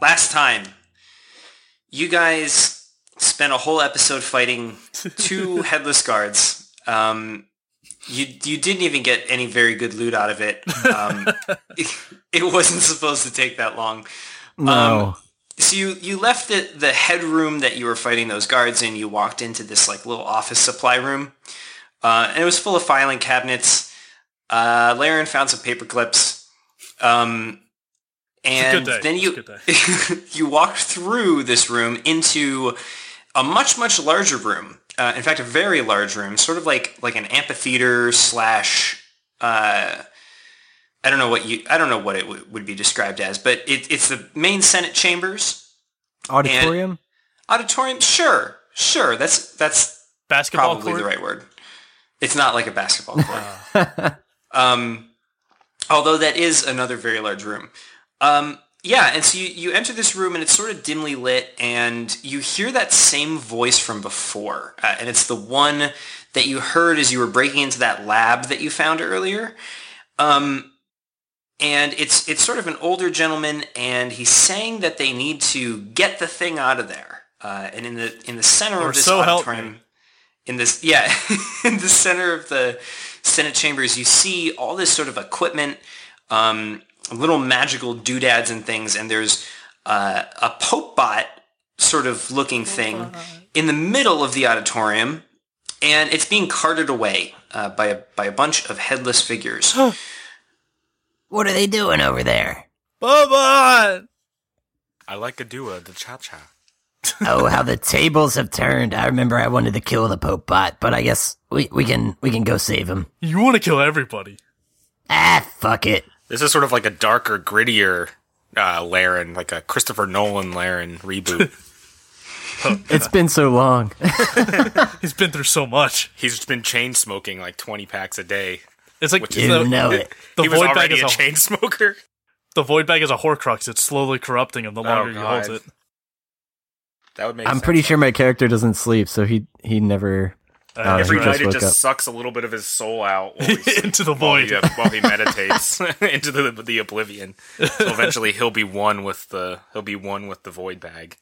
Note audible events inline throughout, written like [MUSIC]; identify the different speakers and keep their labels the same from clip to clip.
Speaker 1: last time, you guys spent a whole episode fighting
Speaker 2: [LAUGHS]
Speaker 1: two headless guards. Um, you you didn't even get any very good loot out of it.
Speaker 2: [LAUGHS]
Speaker 1: Um, it, it wasn't supposed to take that long.
Speaker 3: Um,
Speaker 4: No.
Speaker 1: So you you left the the headroom that you were fighting those guards in. You walked into this like little office supply room, uh, and it was full of filing cabinets. Uh, Laren found some paper clips, um,
Speaker 2: It's a
Speaker 1: and
Speaker 2: good day.
Speaker 1: then
Speaker 2: It's a
Speaker 1: you
Speaker 2: good day.
Speaker 1: [LAUGHS] you walked through this room into a much much larger room. Uh, in fact, a very large room, sort of like like an amphitheater slash. Uh, I don't know what you I don't know what it w- would be described as, but it, it's the main Senate chambers
Speaker 4: Auditorium?
Speaker 1: auditorium. Sure, sure. That's that's
Speaker 2: Basketball
Speaker 1: probably
Speaker 2: court.
Speaker 1: the right word. It's not like a basketball court.
Speaker 2: [LAUGHS]
Speaker 1: um, although that is another very large room. Um, yeah, and so you, you enter this room and it's sort of dimly lit and you hear that same voice from before. Uh, and it's the one that you heard as you were breaking into that lab that you found earlier. Um, and it's it's sort of an older gentleman, and he's saying that they need to get the thing out of there. Uh, and in the in the center
Speaker 2: Or
Speaker 1: of this
Speaker 2: so help
Speaker 1: auditorium,
Speaker 2: me.
Speaker 1: in this yeah, [LAUGHS] in the center of the Senate chambers, you see all this sort of equipment, um, little magical doodads and things, and there's uh, a Pope bot sort of looking thing in the middle of the auditorium, and it's being carted away uh, by a by a bunch of headless figures.
Speaker 4: Oh,
Speaker 3: What are they doing over there?
Speaker 2: Bubba!
Speaker 5: I like a duo, the cha cha.
Speaker 3: Oh, how the tables have turned. I remember I wanted to kill the Pope bot, but I guess we, we can we can go save him.
Speaker 2: You want to kill everybody.
Speaker 3: Ah, fuck it.
Speaker 5: This is sort of like a darker, grittier uh, Laren, like a Christopher Nolan Laren reboot.
Speaker 2: [LAUGHS]
Speaker 4: It's been so long.
Speaker 2: He's been through so much.
Speaker 5: He's been chain smoking like 20 packs a day.
Speaker 2: It's like
Speaker 5: Which
Speaker 2: the,
Speaker 5: is-
Speaker 3: You know
Speaker 4: [LAUGHS]
Speaker 3: it.
Speaker 2: the
Speaker 5: he was
Speaker 2: void bag
Speaker 5: already
Speaker 2: is
Speaker 5: a,
Speaker 2: a,
Speaker 5: chain [LAUGHS] smoker.
Speaker 2: the void bag is a Horcrux. It's slowly corrupting him the longer you
Speaker 5: Oh, God.
Speaker 2: hold it.
Speaker 5: That would make
Speaker 4: I'm
Speaker 5: sense.
Speaker 4: pretty sure my character doesn't sleep, so he he never.
Speaker 2: Uh,
Speaker 4: Uh,
Speaker 2: that's
Speaker 5: Every
Speaker 4: he
Speaker 5: night
Speaker 2: right.
Speaker 4: just
Speaker 5: it
Speaker 4: woke
Speaker 5: Oh, just
Speaker 4: up.
Speaker 5: sucks a little bit of his soul
Speaker 2: [LAUGHS]
Speaker 5: out while he sleeps-
Speaker 2: Into the
Speaker 5: while
Speaker 2: void.
Speaker 5: he, while
Speaker 2: [LAUGHS]
Speaker 5: he meditates [LAUGHS] into the the oblivion. So eventually he'll be one with the he'll be one with the void bag.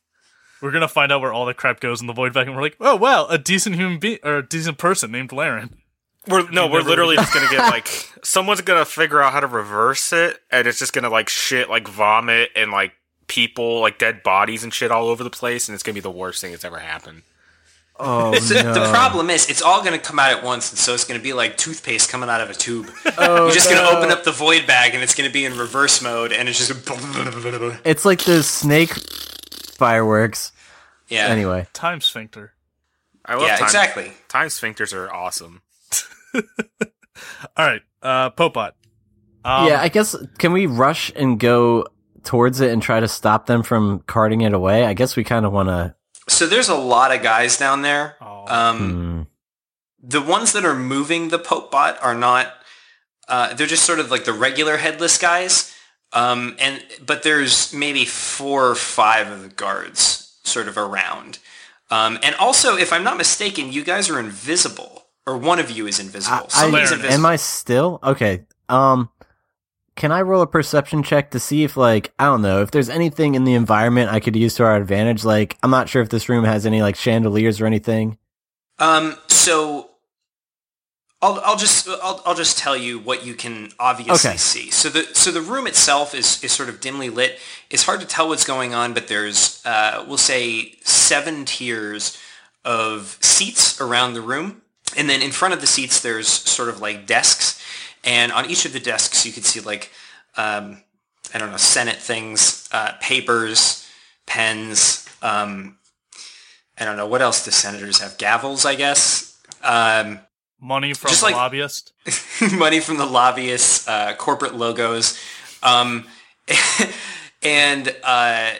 Speaker 2: We're gonna find out where all the crap goes in the void bag, and we're like, oh wow, a decent human being or a decent person named Laren. [LAUGHS]
Speaker 5: We're no, we're
Speaker 2: never
Speaker 5: literally just gonna
Speaker 2: [LAUGHS]
Speaker 5: get like someone's gonna figure out how to reverse it, and it's just gonna like shit, like vomit, and like people, like dead bodies and shit all over the place, and it's gonna be the worst thing that's ever happened.
Speaker 4: [LAUGHS] Oh
Speaker 1: So
Speaker 4: no!
Speaker 1: The problem is, it's all going to come out at once, and so it's going to be like toothpaste coming out of a tube.
Speaker 4: [LAUGHS] Oh,
Speaker 1: You're just going
Speaker 4: no.
Speaker 1: to open up the void bag, and it's going to be in reverse mode, and it's just
Speaker 4: [LAUGHS]
Speaker 1: yeah.
Speaker 4: It's like those snake fireworks. Anyway,
Speaker 2: Time sphincter.
Speaker 5: I love
Speaker 1: yeah,
Speaker 5: time,
Speaker 1: exactly.
Speaker 5: Time sphincters are awesome.
Speaker 2: All right, uh, Popot. Um,
Speaker 4: yeah. I guess can we rush and go towards it and try to stop them from carting it away? I guess we kind of want to.
Speaker 1: So there's a lot of guys down there.
Speaker 2: Oh.
Speaker 4: Mm. Hmm.
Speaker 1: Um, The ones that are moving the Pope bot are not. Uh, they're just sort of like the regular headless guys. Um, and but there's maybe four or five of the guards sort of around. Um, and also, if I'm not mistaken, you guys are invisible, or one of you is invisible.
Speaker 4: I-
Speaker 1: Somebody's
Speaker 2: Laren.
Speaker 1: invisible.
Speaker 4: Am I still okay? Um, can I roll a perception check to see if, like, I don't know, if there's anything in the environment I could use to our advantage? Like, I'm not sure if this room has any like chandeliers or anything.
Speaker 1: Um. So, I'll I'll just I'll I'll just tell you what you can obviously
Speaker 4: Okay.
Speaker 1: see. So the so the room itself is is sort of dimly lit. It's hard to tell what's going on, but there's uh we'll say seven tiers of seats around the room, and then in front of the seats there's sort of like desks, and on each of the desks you could see like um I don't know Senate things, uh, papers, pens, um, I don't know what else do senators have? Gavels, I guess. Um,
Speaker 2: money from
Speaker 1: Just
Speaker 2: the
Speaker 1: like-
Speaker 2: lobbyist.
Speaker 1: [LAUGHS] money from the lobbyists, uh, corporate logos, um, [LAUGHS] and uh,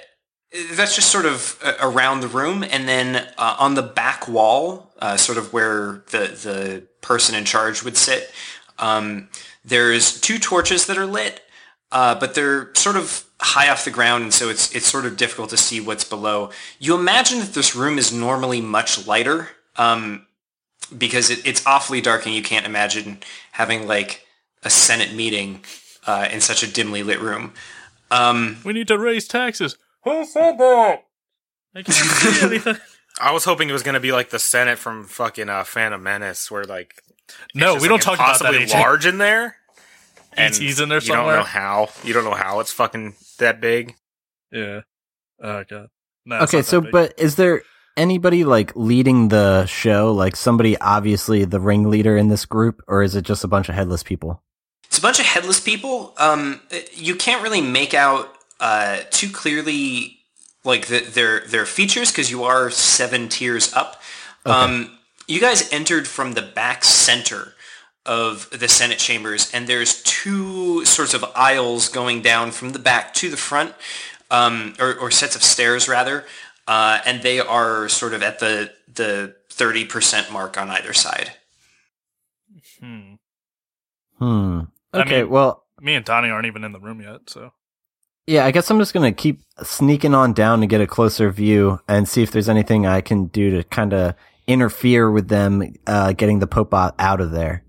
Speaker 1: that's just sort of uh, around the room. And then uh, on the back wall, uh, sort of where the the person in charge would sit, um, there's two torches that are lit, uh, but they're sort of high off the ground, and so it's it's sort of difficult to see what's below. You imagine that this room is normally much lighter. Um, because it, it's awfully dark and you can't imagine having like a Senate meeting uh, in such a dimly lit room. Um,
Speaker 2: We need to raise taxes.
Speaker 5: Who said that?
Speaker 2: I can't
Speaker 1: [LAUGHS]
Speaker 2: see anything.
Speaker 5: I was hoping it was going to be like the Senate from fucking uh, Phantom Menace, where like
Speaker 2: No,
Speaker 5: it's
Speaker 2: we
Speaker 5: just,
Speaker 2: don't
Speaker 5: like,
Speaker 2: talk about that,
Speaker 5: impossibly
Speaker 2: AJ.
Speaker 5: large in there.
Speaker 2: ET's E in there
Speaker 5: You don't
Speaker 2: somewhere.
Speaker 5: know how. You don't know how it's fucking that big.
Speaker 2: Yeah. Oh god. No, it's
Speaker 4: Okay,
Speaker 2: not that
Speaker 4: so
Speaker 2: big.
Speaker 4: but is there anybody like leading the show? Like somebody obviously the ringleader in this group, or is it just a bunch of headless people?
Speaker 1: It's a bunch of headless people. Um, you can't really make out uh, too clearly like the, their their features because you are seven tiers up. Um, you guys entered from the back center of the Senate chambers, and there's two sorts of aisles going down from the back to the front, um, or, or sets of stairs rather, uh, and they are sort of at the the thirty percent mark on either side.
Speaker 2: Hmm.
Speaker 4: Hmm.
Speaker 2: I
Speaker 4: Okay,
Speaker 2: mean-
Speaker 4: well,
Speaker 2: me and Donnie aren't even in the room yet, so
Speaker 4: yeah, I guess I'm just gonna keep sneaking on down to get a closer view and see if there's anything I can do to kind of interfere with them uh, getting the Popot out of there.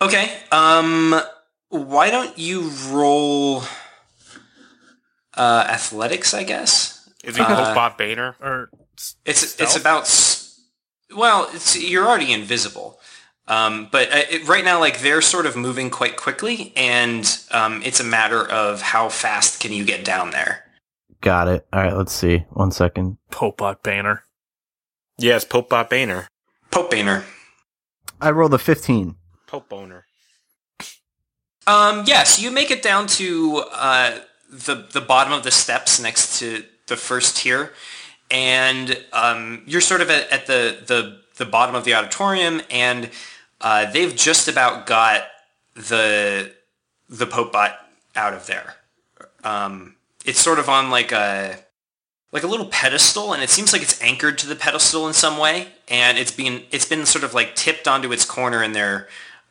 Speaker 1: Okay. Um, why don't you roll uh, athletics? I guess
Speaker 5: Is he
Speaker 1: Uh,
Speaker 5: Bob Boehner?
Speaker 2: or s-
Speaker 1: it's it's
Speaker 2: Stealth?
Speaker 1: about s- well, it's you're already invisible. Um, but uh, it, right now, like they're sort of moving quite quickly, and um, it's a matter of how fast can you get down there.
Speaker 4: Got it. All right, let's see. One second.
Speaker 2: Popot Banner.
Speaker 5: Yeah, it's Pope Bob Boehner.
Speaker 1: Pope Boehner.
Speaker 4: I rolled a 15.
Speaker 5: Pope Boner.
Speaker 1: Um, yes, you make it down to uh, the the bottom of the steps next to the first tier, and um, you're sort of at, at the, the the bottom of the auditorium, and uh, they've just about got the the Pope bot out of there. Um, it's sort of on like a like a little pedestal, and it seems like it's anchored to the pedestal in some way, and it's been it's been sort of like tipped onto its corner, and they're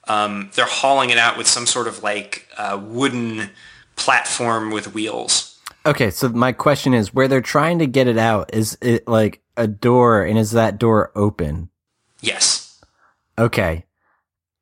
Speaker 1: um, they're hauling it out with some sort of like uh, wooden platform with wheels.
Speaker 4: Okay, so my question is where they're trying to get it out, is it like a door and is that door open?
Speaker 1: Yes.
Speaker 4: Okay.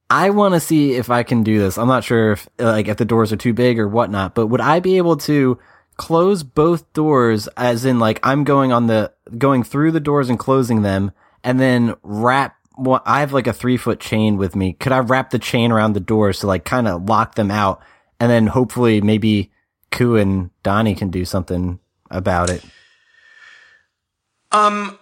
Speaker 4: I want to see if I can do this. I'm not sure if like if the doors are too big or whatnot, but would I be able to close both doors as in like I'm going on the going through the doors and closing them and then wrap well, I have like a three foot chain with me. Could I wrap the chain around the doors to like kind of lock them out and then hopefully maybe Ku and Donnie can do something about it.
Speaker 1: Um.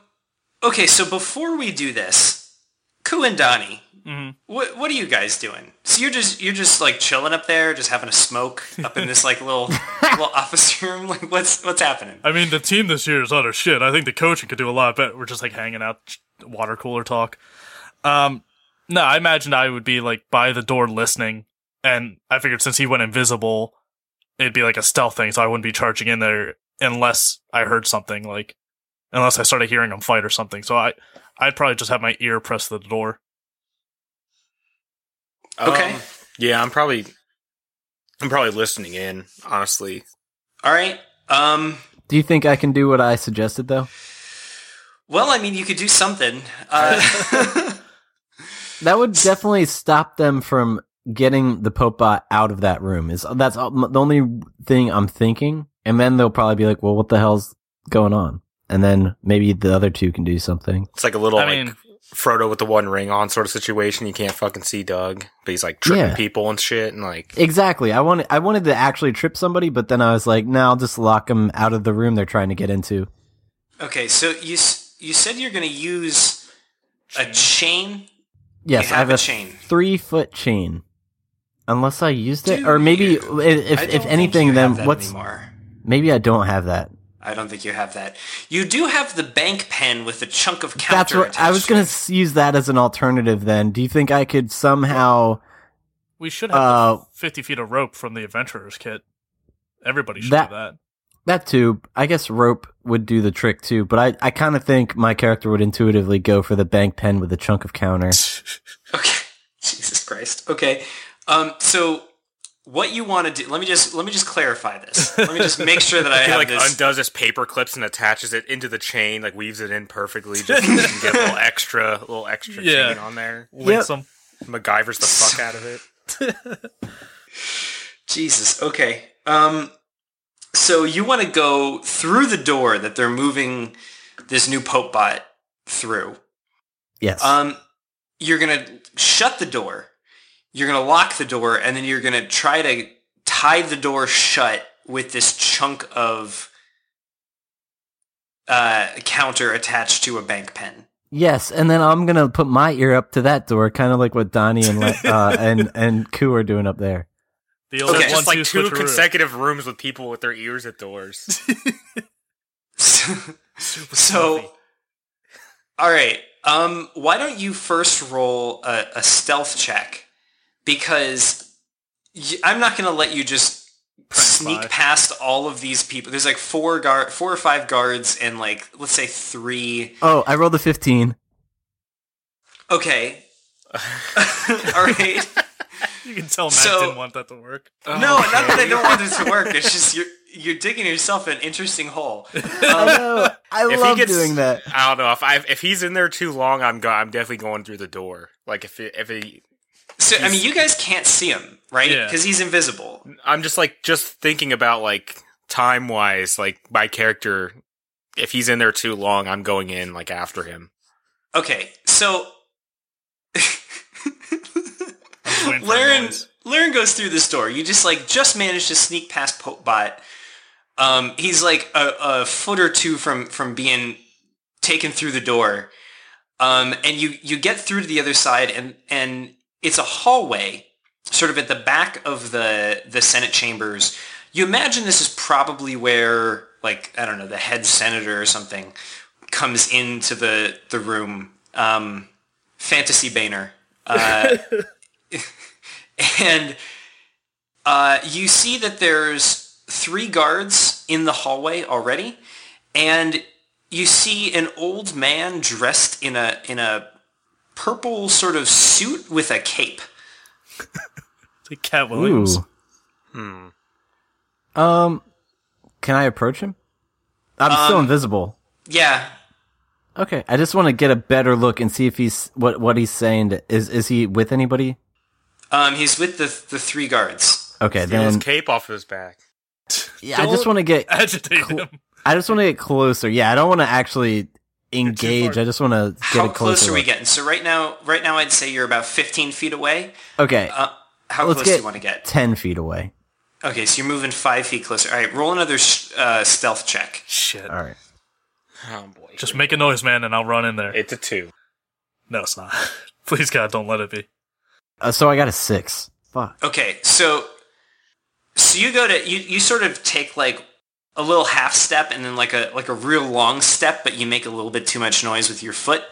Speaker 1: Okay. So before we do this, Ku and Donnie,
Speaker 2: Mhm.
Speaker 1: what what are you guys doing? So you're just you're just like chilling up there, just having a smoke up in this like little little office room. Like what's what's happening?
Speaker 2: I mean, the team this year is utter shit. I think the coaching could do a lot better. We're just like hanging out, ch- water cooler talk. Um, no, I imagined I would be like by the door listening, and I figured since he went invisible, it'd be like a stealth thing, so I wouldn't be charging in there unless I heard something, like unless I started hearing him fight or something. So I, I'd probably just have my ear pressed to the door.
Speaker 1: Okay.
Speaker 5: Um, yeah, I'm probably. I'm probably listening in. Honestly,
Speaker 1: All right. Um.
Speaker 4: Do you think I can do what I suggested though?
Speaker 1: Well, I mean, you could do something. Uh, [LAUGHS]
Speaker 4: That would definitely stop them from getting the Popebot out of that room. Is that's all, the only thing I'm thinking. And then they'll probably be like, "Well, what the hell's going on?" And then maybe the other two can do something.
Speaker 5: it's like a little
Speaker 2: I
Speaker 5: like
Speaker 2: mean-
Speaker 5: Frodo with the One Ring on sort of situation. You can't fucking see Doug, but he's like tripping
Speaker 4: Yeah.
Speaker 5: people and shit, and like
Speaker 4: Exactly. I wanted I wanted to actually trip somebody, but then I was like, "No, I'll just lock them out of the room they're trying to get into."
Speaker 1: okay. So you s- you said you're gonna use a chain
Speaker 4: Yes,
Speaker 1: You
Speaker 4: I have a,
Speaker 1: have a chain.
Speaker 4: three foot chain. Unless I used it,
Speaker 1: Do
Speaker 4: or maybe
Speaker 1: you?
Speaker 4: i-
Speaker 1: I
Speaker 4: if
Speaker 1: don't
Speaker 4: if
Speaker 1: think you
Speaker 4: anything,
Speaker 1: have
Speaker 4: then
Speaker 1: that
Speaker 4: what's
Speaker 1: anymore.
Speaker 4: maybe I don't have that.
Speaker 1: I don't think you have that. You do have the bank pen with a chunk of counter.
Speaker 4: That's what I was
Speaker 1: attached
Speaker 4: going
Speaker 1: it.
Speaker 4: to use that as an alternative. Then, do you think I could somehow?
Speaker 2: We should have
Speaker 4: Uh,
Speaker 2: fifty feet of rope from the adventurers kit. Everybody should
Speaker 4: That-
Speaker 2: do that.
Speaker 4: That too. I guess rope would do the trick too, but I, I kind of think my character would intuitively go for the bank pen with a chunk of counter.
Speaker 1: [LAUGHS] Okay. Jesus Christ. Okay. Um. So what you want to do? Let me just let me just clarify this. Let me just make sure
Speaker 5: [LAUGHS]
Speaker 1: that I
Speaker 5: he
Speaker 1: have
Speaker 5: like
Speaker 1: this.
Speaker 5: undoes his paper clips and attaches it into the chain, like weaves it in perfectly, just so you can get
Speaker 1: [LAUGHS]
Speaker 5: a little extra, little extra
Speaker 2: Yeah.
Speaker 5: chain on there.
Speaker 2: Win some.
Speaker 5: MacGyver's the fuck out of it.
Speaker 1: Jesus. Okay. Um. So you want to go through the door that they're moving this new Pope bot through.
Speaker 4: Yes.
Speaker 1: Um, you're gonna shut the door. You're gonna lock the door, and then you're gonna try to tie the door shut with this chunk of uh, counter attached to a bank pen. [LAUGHS]
Speaker 4: yes, and then I'm gonna put my ear up to that door, kind of like what Donnie and [LAUGHS] Le- uh, and and Koo are doing up there.
Speaker 2: The
Speaker 5: So
Speaker 2: old
Speaker 1: Okay.
Speaker 5: it's just
Speaker 2: one-two
Speaker 5: like two
Speaker 2: switcheroo. [LAUGHS]
Speaker 5: consecutive rooms with people with their ears at doors.
Speaker 1: [LAUGHS] So, so all right. Um, why don't you first roll a, a stealth check? Because y- I'm not going to let you just
Speaker 2: Prank
Speaker 1: sneak
Speaker 2: by.
Speaker 1: past all of these people. There's like four guard, four or five guards, and like let's say three.
Speaker 4: Oh, I rolled a 15.
Speaker 1: Okay. all right.
Speaker 2: You can tell Matt
Speaker 1: So-
Speaker 2: didn't want that to work.
Speaker 1: No, not that I don't want this to work. It's just you're you're digging yourself an interesting hole.
Speaker 4: [LAUGHS] I know. I
Speaker 5: If he
Speaker 4: love
Speaker 5: gets-
Speaker 4: doing that.
Speaker 5: I don't know if I if he's in there too long, I'm go- I'm definitely going through the door. Like if it, if he,
Speaker 1: So I mean, you guys can't see him, right?
Speaker 2: Yeah.
Speaker 1: Because he's invisible.
Speaker 5: I'm just like just thinking about like time wise, like my character. If he's in there too long, I'm going in like after him.
Speaker 1: Okay, so
Speaker 2: just waiting for a
Speaker 1: Laren
Speaker 2: noise.
Speaker 1: Laren goes through this door. You just like just managed to sneak past Popebot. Um, he's like a, a foot or two from from being taken through the door, um, and you you get through to the other side, and and it's a hallway, sort of at the back of the the Senate chambers. You imagine this is probably where like I don't know the head senator or something comes into the the room. Um, Fantasy Baner. Uh, and uh, you see that there's three guards in the hallway already, and you see an old man dressed in a in a purple sort of suit with a cape.
Speaker 2: It's like Cat Williams.
Speaker 4: Ooh. Hmm. Um, can I approach him? I'm still invisible.
Speaker 1: Yeah,
Speaker 4: Okay, I just want to get a better look and see if he's what what he's saying. To, is is he with anybody?
Speaker 1: um, he's with the the three guards.
Speaker 4: Okay,
Speaker 5: Get his
Speaker 4: then
Speaker 5: cape off his back.
Speaker 4: yeah, I just want to get
Speaker 2: Agitate
Speaker 4: Cool.
Speaker 2: him.
Speaker 4: I just want to get closer. Yeah, I don't want to actually engage.
Speaker 2: far.
Speaker 4: I just want to get
Speaker 1: How
Speaker 4: a closer.
Speaker 1: close are we
Speaker 4: look.
Speaker 1: getting? So right now, right now, I'd say you're about 15 feet away.
Speaker 4: Okay,
Speaker 1: Uh, how
Speaker 4: let's
Speaker 1: close
Speaker 4: get
Speaker 1: do you want to get?
Speaker 4: ten feet away.
Speaker 1: Okay, so you're moving five feet closer. All right, roll another sh- uh, stealth check.
Speaker 2: Shit.
Speaker 4: All right.
Speaker 5: Oh boy,
Speaker 2: Just make a noise, man, and I'll run in there.
Speaker 5: it's a two.
Speaker 2: No, it's not. [LAUGHS] Please, God, don't let it be.
Speaker 4: Uh, so I got a six.
Speaker 1: [LAUGHS]
Speaker 4: Fuck.
Speaker 1: Okay, so so you go to you you sort of take like a little half step and then like a like a real long step, but you make a little bit too much noise with your foot,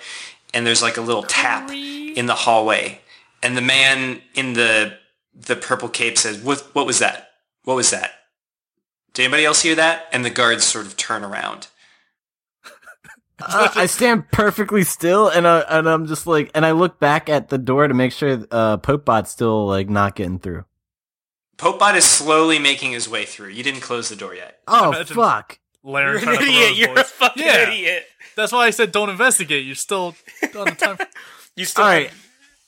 Speaker 1: and there's like a little tap in the hallway, and the man in the the purple cape says, "What what was that? What was that? Did anybody else hear that?" And the guards sort of turn around.
Speaker 4: Uh, I stand perfectly still, and I and I'm just like, and I look back at the door to make sure uh, Popebot's still like not getting through.
Speaker 1: Popebot is slowly making his way through. You didn't close the door yet.
Speaker 4: Oh
Speaker 2: Imagine-
Speaker 4: fuck!
Speaker 2: Laren,
Speaker 5: [LAUGHS] You're an idiot. You're a fucking
Speaker 2: Yeah.
Speaker 5: idiot.
Speaker 2: That's why I said don't investigate. You're still on the
Speaker 4: [LAUGHS]
Speaker 2: time.
Speaker 5: You still
Speaker 4: All right,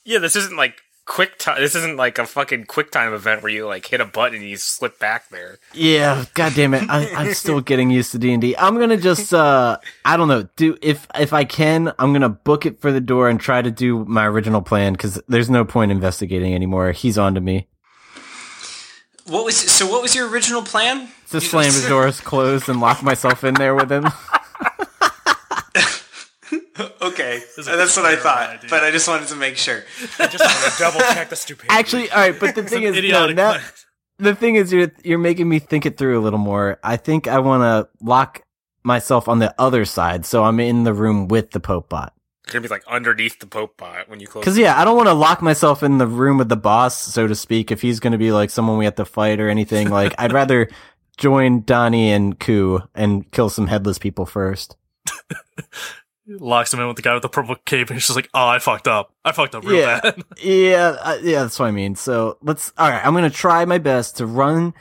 Speaker 5: Yeah, this isn't like quick time. This isn't like a fucking quick time event where you like hit a button and you slip back there.
Speaker 4: yeah. God damn it! I, I'm still getting used to D and D. I'm gonna just, uh, I don't know, do if if I can, I'm gonna book it for the door and try to do my original plan because there's no point investigating anymore. He's on to me.
Speaker 1: What was so? What was your original plan? [LAUGHS]
Speaker 4: Just slam his doors closed and lock myself in there with him.
Speaker 1: Okay,
Speaker 2: is a
Speaker 1: that's what I
Speaker 2: terrible
Speaker 1: thought,
Speaker 2: idea.
Speaker 1: but I just wanted to make sure.
Speaker 5: I just want to double check the stupidity.
Speaker 4: Actually, all right, but the thing is, no,
Speaker 2: Idiotic.
Speaker 4: now, the thing is you're you're making me think it through a little more. I think I want to lock myself on the other side so I'm in the room with the Pope bot.
Speaker 5: it's gonna be like underneath the Pope bot when you close.
Speaker 4: Cuz yeah, I don't want to lock myself in the room with the boss so to speak if he's going to be like someone we have to fight or anything like I'd rather [LAUGHS] join Donnie and Koo and kill some headless people first.
Speaker 2: [LAUGHS] Locks him in with the guy with the purple cape, and he's just like, "Oh, I fucked up. I fucked up real
Speaker 4: Yeah.
Speaker 2: bad."
Speaker 4: Yeah, uh, yeah, that's what I mean. So, let's All right, I'm going to try my best to run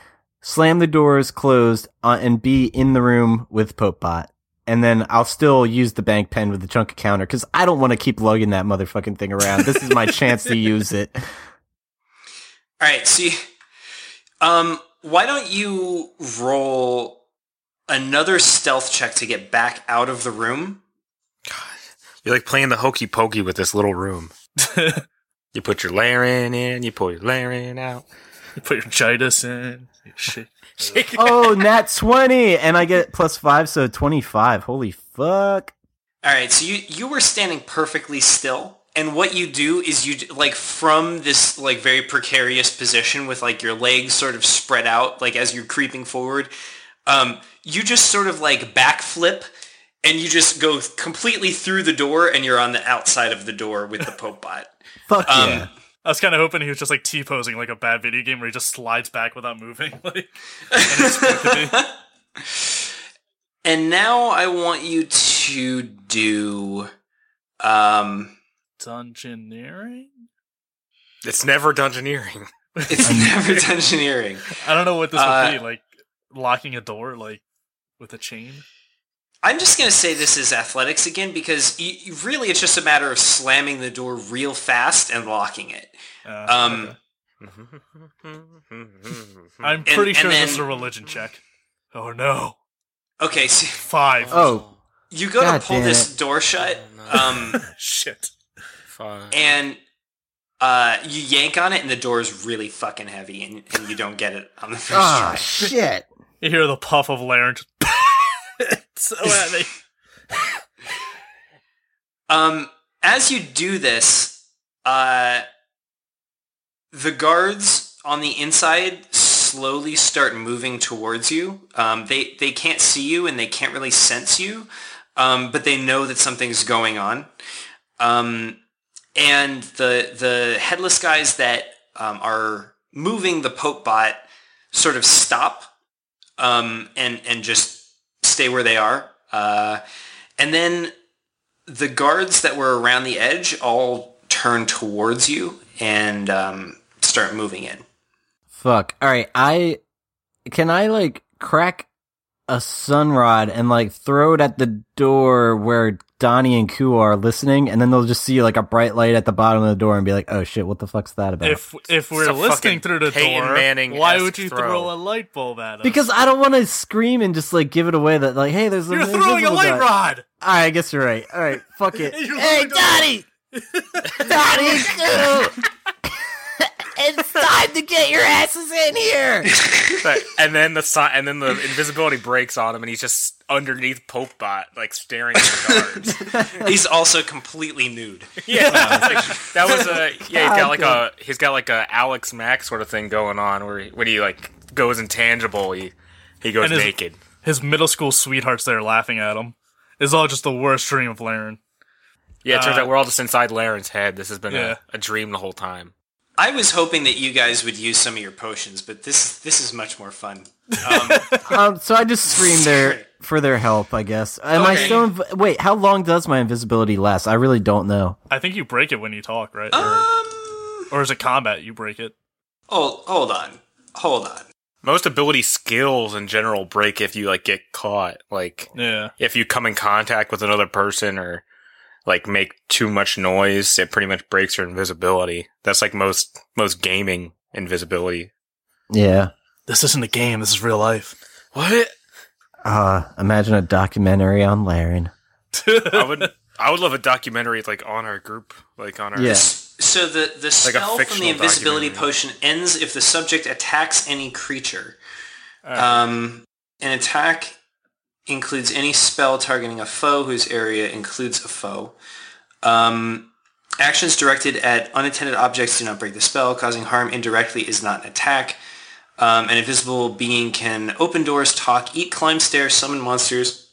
Speaker 4: slam the doors closed uh, and be in the room with Popebot. And then I'll still use the bank pen with the chunk of counter because I don't want to keep lugging that motherfucking thing around. This is my chance to use it.
Speaker 1: All right, see, um, Why don't you roll another stealth check to get back out of the room?
Speaker 5: You're like playing the hokey pokey with this little room. [LAUGHS] you put your Laren in, you pull your Laren out.
Speaker 2: You put your Jidus in. you shake-
Speaker 4: [LAUGHS] Oh, nat 20, and I get plus 5, so 25. Holy fuck.
Speaker 1: All right, so you you were standing perfectly still, and what you do is you d- like from this like very precarious position with like your legs sort of spread out like as you're creeping forward, um, you just sort of like backflip, and you just go completely through the door, and you're on the outside of the door with the Pope bot.
Speaker 4: Fuck
Speaker 1: Um,
Speaker 4: yeah.
Speaker 2: I was kind of hoping he was just like T posing like a bad video game where he just slides back without moving. [LAUGHS] Like, unexpectedly.
Speaker 1: And now I want you to do, um,
Speaker 2: Dungeoneering?
Speaker 5: It's never dungeoneering.
Speaker 2: [LAUGHS]
Speaker 1: it's never engineering.
Speaker 2: I don't know what this would
Speaker 1: Uh,
Speaker 2: be. Like locking a door, like with a chain.
Speaker 1: I'm just going to say this is athletics again because y y- really it's just a matter of slamming the door real fast and locking it.
Speaker 2: Uh,
Speaker 1: Um,
Speaker 2: okay. I'm pretty
Speaker 1: and
Speaker 2: sure this
Speaker 1: then-
Speaker 2: is a religion check. Oh no,
Speaker 1: Okay, so [LAUGHS]
Speaker 2: five.
Speaker 1: Uh,
Speaker 4: Oh,
Speaker 1: you go
Speaker 4: God
Speaker 1: to pull
Speaker 4: damn
Speaker 1: this door shut
Speaker 5: oh,
Speaker 4: [LAUGHS]
Speaker 1: um,
Speaker 2: shit.
Speaker 5: Fuck.
Speaker 1: and uh, you yank on it and the door is really fucking heavy and, and you don't get it on the first
Speaker 4: ah,
Speaker 1: try.
Speaker 4: shit.
Speaker 2: You hear the puff of Laren. just- [LAUGHS] It's so
Speaker 1: [LAUGHS]
Speaker 2: heavy.
Speaker 1: Um, as you do this, uh, the guards on the inside slowly start moving towards you. Um, they they can't see you and they can't really sense you, um, but they know that something's going on. Um, and the the headless guys that um, are moving the Pope bot sort of stop um, and and just stay where they are. Uh, and then the guards that were around the edge all turn towards you and um, start moving in.
Speaker 4: Fuck. All right, I can I like crack a sunrod and like throw it at the door where Donnie and Kua are listening, and then they'll just see like a bright light at the bottom of the door and be like, "Oh shit, what the fuck's that about?"
Speaker 2: If if we're
Speaker 5: a
Speaker 2: listening
Speaker 5: fucking
Speaker 2: through the
Speaker 5: Peyton
Speaker 2: door,
Speaker 5: Manning-esque
Speaker 2: why would you
Speaker 5: throw.
Speaker 2: throw a light bulb at us?
Speaker 4: because I don't want to scream and just like give it away that like, "Hey, there's
Speaker 2: you're
Speaker 4: an
Speaker 2: throwing a
Speaker 4: invisible
Speaker 2: light
Speaker 4: guy.
Speaker 2: rod.
Speaker 4: All right, I guess you're right. All right, fuck it.
Speaker 2: [LAUGHS] You're
Speaker 3: Hey,
Speaker 2: throwing a-
Speaker 3: Donnie!
Speaker 2: [LAUGHS]
Speaker 3: Donnie, Sue!
Speaker 4: [LAUGHS]
Speaker 3: it's time to get your asses in
Speaker 2: [LAUGHS]
Speaker 3: here!
Speaker 5: and then the si- and then the invisibility breaks on him, and he's just underneath Popebot, like staring at the
Speaker 1: [LAUGHS]
Speaker 5: guards.
Speaker 1: He's also completely nude.
Speaker 5: yeah, it's like- that was a yeah. He's got like a he's got like a Alex Mack sort of thing going on, where he, when he like goes intangible, he he goes
Speaker 2: And his-
Speaker 5: naked.
Speaker 2: His middle school sweethearts there laughing at him. It's all just the worst dream of Laren.
Speaker 5: Yeah, it turns
Speaker 2: uh,
Speaker 5: out we're all just inside Laren's head. This has been
Speaker 2: Yeah.
Speaker 5: a, a dream the whole time.
Speaker 1: [LAUGHS] I was hoping that you guys would use some of your potions, but this this is much more fun. Um,
Speaker 4: Um, so I just scream their for their help, I guess. Am I
Speaker 1: Okay.
Speaker 4: still? Inv- Wait, how long does my invisibility last? I really don't know.
Speaker 2: I think you break it when you talk, right?
Speaker 1: um,
Speaker 2: or, or is it combat? You break it.
Speaker 1: hold, hold on, hold on.
Speaker 5: Most ability skills in general break if you like get caught, like
Speaker 2: Yeah.
Speaker 5: if you come in contact with another person or like make too much noise, it pretty much breaks your invisibility. That's like most most gaming invisibility.
Speaker 4: Yeah.
Speaker 2: This isn't a game. This is real [LAUGHS] life.
Speaker 5: What?
Speaker 4: Uh, imagine a documentary on Laren.
Speaker 5: I would I would love a documentary like on our group, like on our
Speaker 4: Yeah.
Speaker 1: S- So the the spell from the
Speaker 5: fictional
Speaker 1: invisibility
Speaker 5: documentary.
Speaker 1: potion ends if the subject attacks any creature. Um, an attack includes any spell targeting a foe whose area includes a foe. Um, actions directed at unattended objects do not break the spell. Causing harm indirectly is not an attack. Um, an invisible being can open doors, talk, eat, climb stairs, summon monsters,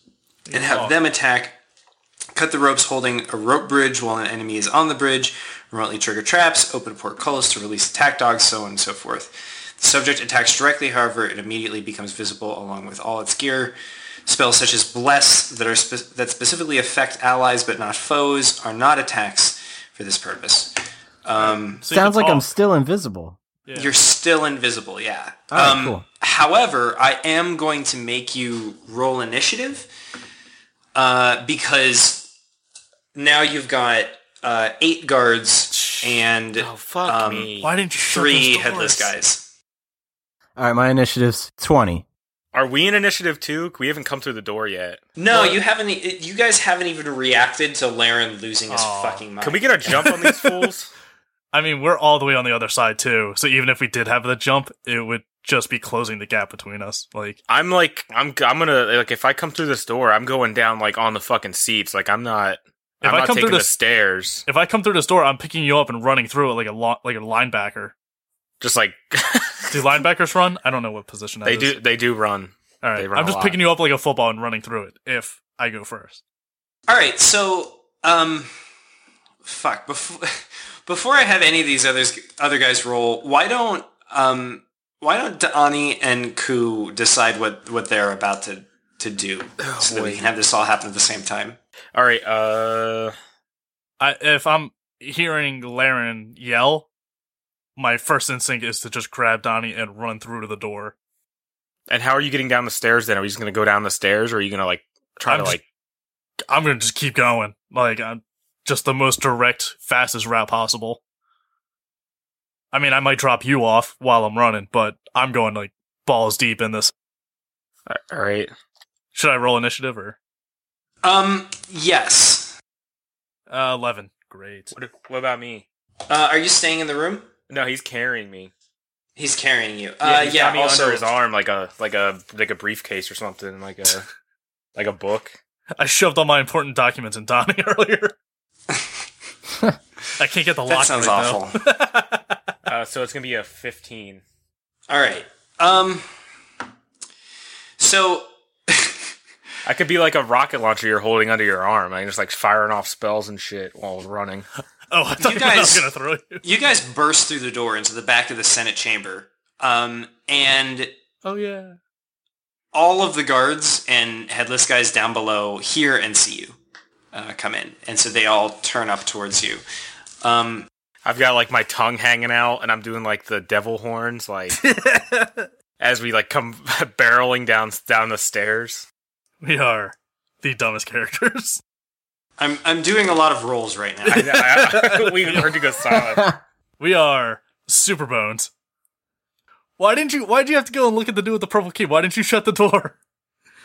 Speaker 1: and have them attack. Cut the ropes holding a rope bridge while an enemy is on the bridge. Remotely trigger traps. Open portcullis to release attack dogs, so on and so forth. The subject attacks directly, however, it immediately becomes visible along with all its gear. Spells such as Bless that are spe- that specifically affect allies but not foes are not attacks for this purpose. Um,
Speaker 2: So you
Speaker 4: Sounds
Speaker 2: can
Speaker 4: like I'm
Speaker 2: talk.
Speaker 4: still invisible.
Speaker 2: Yeah.
Speaker 1: You're still invisible, yeah. Um,
Speaker 4: All right, cool.
Speaker 1: However, I am going to make you roll initiative uh, because now you've got uh, eight guards and
Speaker 5: Oh, fuck
Speaker 1: Um,
Speaker 5: me.
Speaker 2: Why didn't you shut
Speaker 1: three
Speaker 2: Oh, those doors?
Speaker 1: headless guys.
Speaker 4: All right, my initiative's 20.
Speaker 5: Are we in initiative two? We haven't come through the door yet.
Speaker 1: No, you haven't. e- You guys haven't even reacted to Laren losing his
Speaker 2: Aw.
Speaker 1: fucking mind.
Speaker 5: Can we get a jump
Speaker 2: [LAUGHS]
Speaker 5: on these fools?
Speaker 2: I mean, we're all the way on the other side too. So even if we did have the jump, it would just be closing the gap between us. Like,
Speaker 5: I'm like, I'm, I'm gonna like, if I come through this door, I'm going down like on the fucking seats. Like, I'm not.
Speaker 2: If
Speaker 5: I'm
Speaker 2: I
Speaker 5: not
Speaker 2: come through
Speaker 5: taking the
Speaker 2: this-
Speaker 5: stairs.
Speaker 2: if I come through this door, I'm picking you up and running through it like a lo- like a linebacker.
Speaker 5: Just like [LAUGHS]
Speaker 2: Do linebackers run? I don't know what position that
Speaker 5: they
Speaker 2: is.
Speaker 5: do, they do run.
Speaker 2: All right,
Speaker 5: they run
Speaker 2: I'm
Speaker 5: a
Speaker 2: just
Speaker 5: lot.
Speaker 2: picking you up like a football and running through it. If I go first,
Speaker 1: All right, so um, fuck. Before [LAUGHS] before I have any of these others other guys roll, why don't um, why don't Ani and Ku decide what what they're about to to do, so that we
Speaker 5: Oh, boy.
Speaker 1: can have this all happen at the same time.
Speaker 5: All right. Uh,
Speaker 2: I if I'm hearing Laren yell, my first instinct is to just grab Donnie and run through to the door.
Speaker 5: and how are you getting down the stairs? Then are you just gonna go down the stairs, or are you gonna like try
Speaker 2: I'm
Speaker 5: to
Speaker 2: just-
Speaker 5: like?
Speaker 2: I'm gonna just keep going, like I'm just the most direct, fastest route possible. I mean, I might drop you off while I'm running, but I'm going like balls deep in this.
Speaker 5: All right.
Speaker 2: Should I roll initiative or
Speaker 1: Um, yes.
Speaker 2: uh, eleven? Great.
Speaker 5: What, what about me?
Speaker 1: Uh, are you staying in the room?
Speaker 5: No, he's carrying me.
Speaker 1: He's carrying you. Uh,
Speaker 5: he's
Speaker 1: yeah.
Speaker 5: got me
Speaker 1: also,
Speaker 5: under his arm like a like a like a briefcase or something, like a
Speaker 1: [LAUGHS]
Speaker 5: like a book.
Speaker 2: I shoved all my important documents in Donnie [LAUGHS] earlier. I can't get the lock.
Speaker 1: that sounds
Speaker 2: right,
Speaker 1: awful.
Speaker 2: though.
Speaker 5: Uh, so it's gonna be a fifteen.
Speaker 1: All right. Um. So
Speaker 5: I could be like a rocket launcher you're holding under your arm. I'm just like firing off spells and shit while running.
Speaker 2: [LAUGHS] Oh, I thought
Speaker 1: You
Speaker 2: you guys- I was
Speaker 1: guys-
Speaker 2: gonna throw you.
Speaker 1: you guys burst through the door into the back of the Senate chamber, um, and
Speaker 2: Oh yeah.
Speaker 1: all of the guards and headless guys down below hear and see you uh, come in, and so they all turn up towards you. Um,
Speaker 5: I've got like my tongue hanging out and I'm doing like the devil
Speaker 1: [LAUGHS]
Speaker 5: horns, like as we like come [LAUGHS] barreling down down the stairs.
Speaker 2: We are the dumbest characters. [LAUGHS]
Speaker 1: I'm I'm doing a lot of rolls right now.
Speaker 5: [LAUGHS] I, I, I, we heard you go
Speaker 2: [LAUGHS]
Speaker 5: silent.
Speaker 2: We are super bones. Why didn't you? Why did you have to go and look at the dude with the purple key? Why didn't you [LAUGHS] shut the door?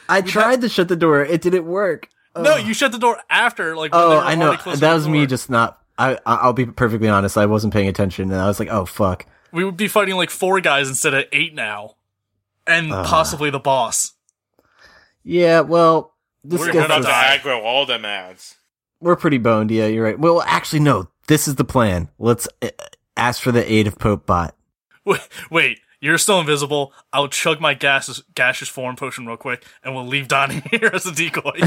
Speaker 4: I tried to shut the door. It didn't work.
Speaker 2: No,
Speaker 4: Ugh.
Speaker 2: you shut the door after. Like, when they
Speaker 4: Oh,
Speaker 2: were
Speaker 4: I know.
Speaker 2: already close to
Speaker 4: That
Speaker 2: the
Speaker 4: was me
Speaker 2: door.
Speaker 4: just not. I, I- I'll be perfectly honest. I wasn't paying attention, and I was like, "Oh fuck!"
Speaker 2: We would be fighting like four guys instead of eight now, and possibly the boss. [LAUGHS]
Speaker 4: Yeah, well, this
Speaker 2: We're
Speaker 4: we're,
Speaker 2: gonna die.
Speaker 5: aggro all the ads.
Speaker 4: we're pretty boned. Yeah, you're right. Well, actually, no. This is the plan. Let's uh, ask for the aid of Pope Bot.
Speaker 2: Wait, wait, you're still invisible. I'll chug my gaseous, gaseous form potion real quick, and we'll leave Donnie [LAUGHS] here as
Speaker 4: [LAUGHS]
Speaker 2: a decoy.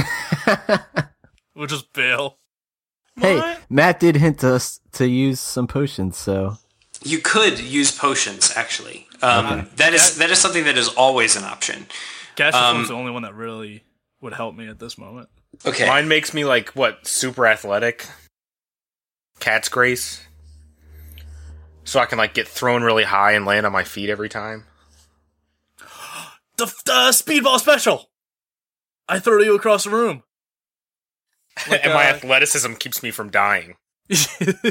Speaker 2: we'll just bail.
Speaker 4: Hey, Matt did hint to us to use some potions, so
Speaker 1: You could use potions, actually. Um, That is that is something that is always an option.
Speaker 2: Gaseous form's the only one that really would help me at this moment.
Speaker 1: Okay.
Speaker 5: Mine makes me like what super athletic, cat's grace, so I can like get thrown really high and land on my feet every time.
Speaker 2: The, the speedball special. I throw you across the room.
Speaker 5: and my
Speaker 2: uh,
Speaker 5: athleticism keeps me from dying.
Speaker 2: [LAUGHS]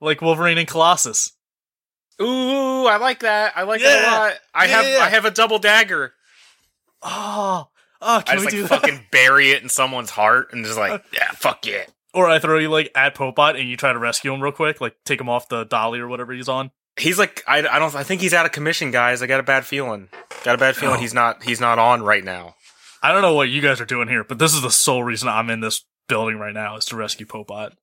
Speaker 2: like Wolverine and Colossus.
Speaker 5: Ooh, I like that. I like that
Speaker 2: Yeah.
Speaker 5: a lot. I
Speaker 2: Yeah,
Speaker 5: have
Speaker 2: yeah, yeah.
Speaker 5: I have a double dagger.
Speaker 2: Oh, oh
Speaker 5: I
Speaker 2: can we
Speaker 5: just like
Speaker 2: do that?
Speaker 5: fucking bury it in someone's heart and just like, yeah, fuck yeah.
Speaker 2: [LAUGHS] Or I throw you like at Popot and you try to rescue him real quick, like take him off the dolly or whatever he's on.
Speaker 5: He's like I, I don't I think he's out of commission, guys. I got a bad feeling. Got a bad feeling he's not he's not on right now.
Speaker 2: I don't know what you guys are doing here, but this is the sole reason I'm in this building right now is to rescue Popot,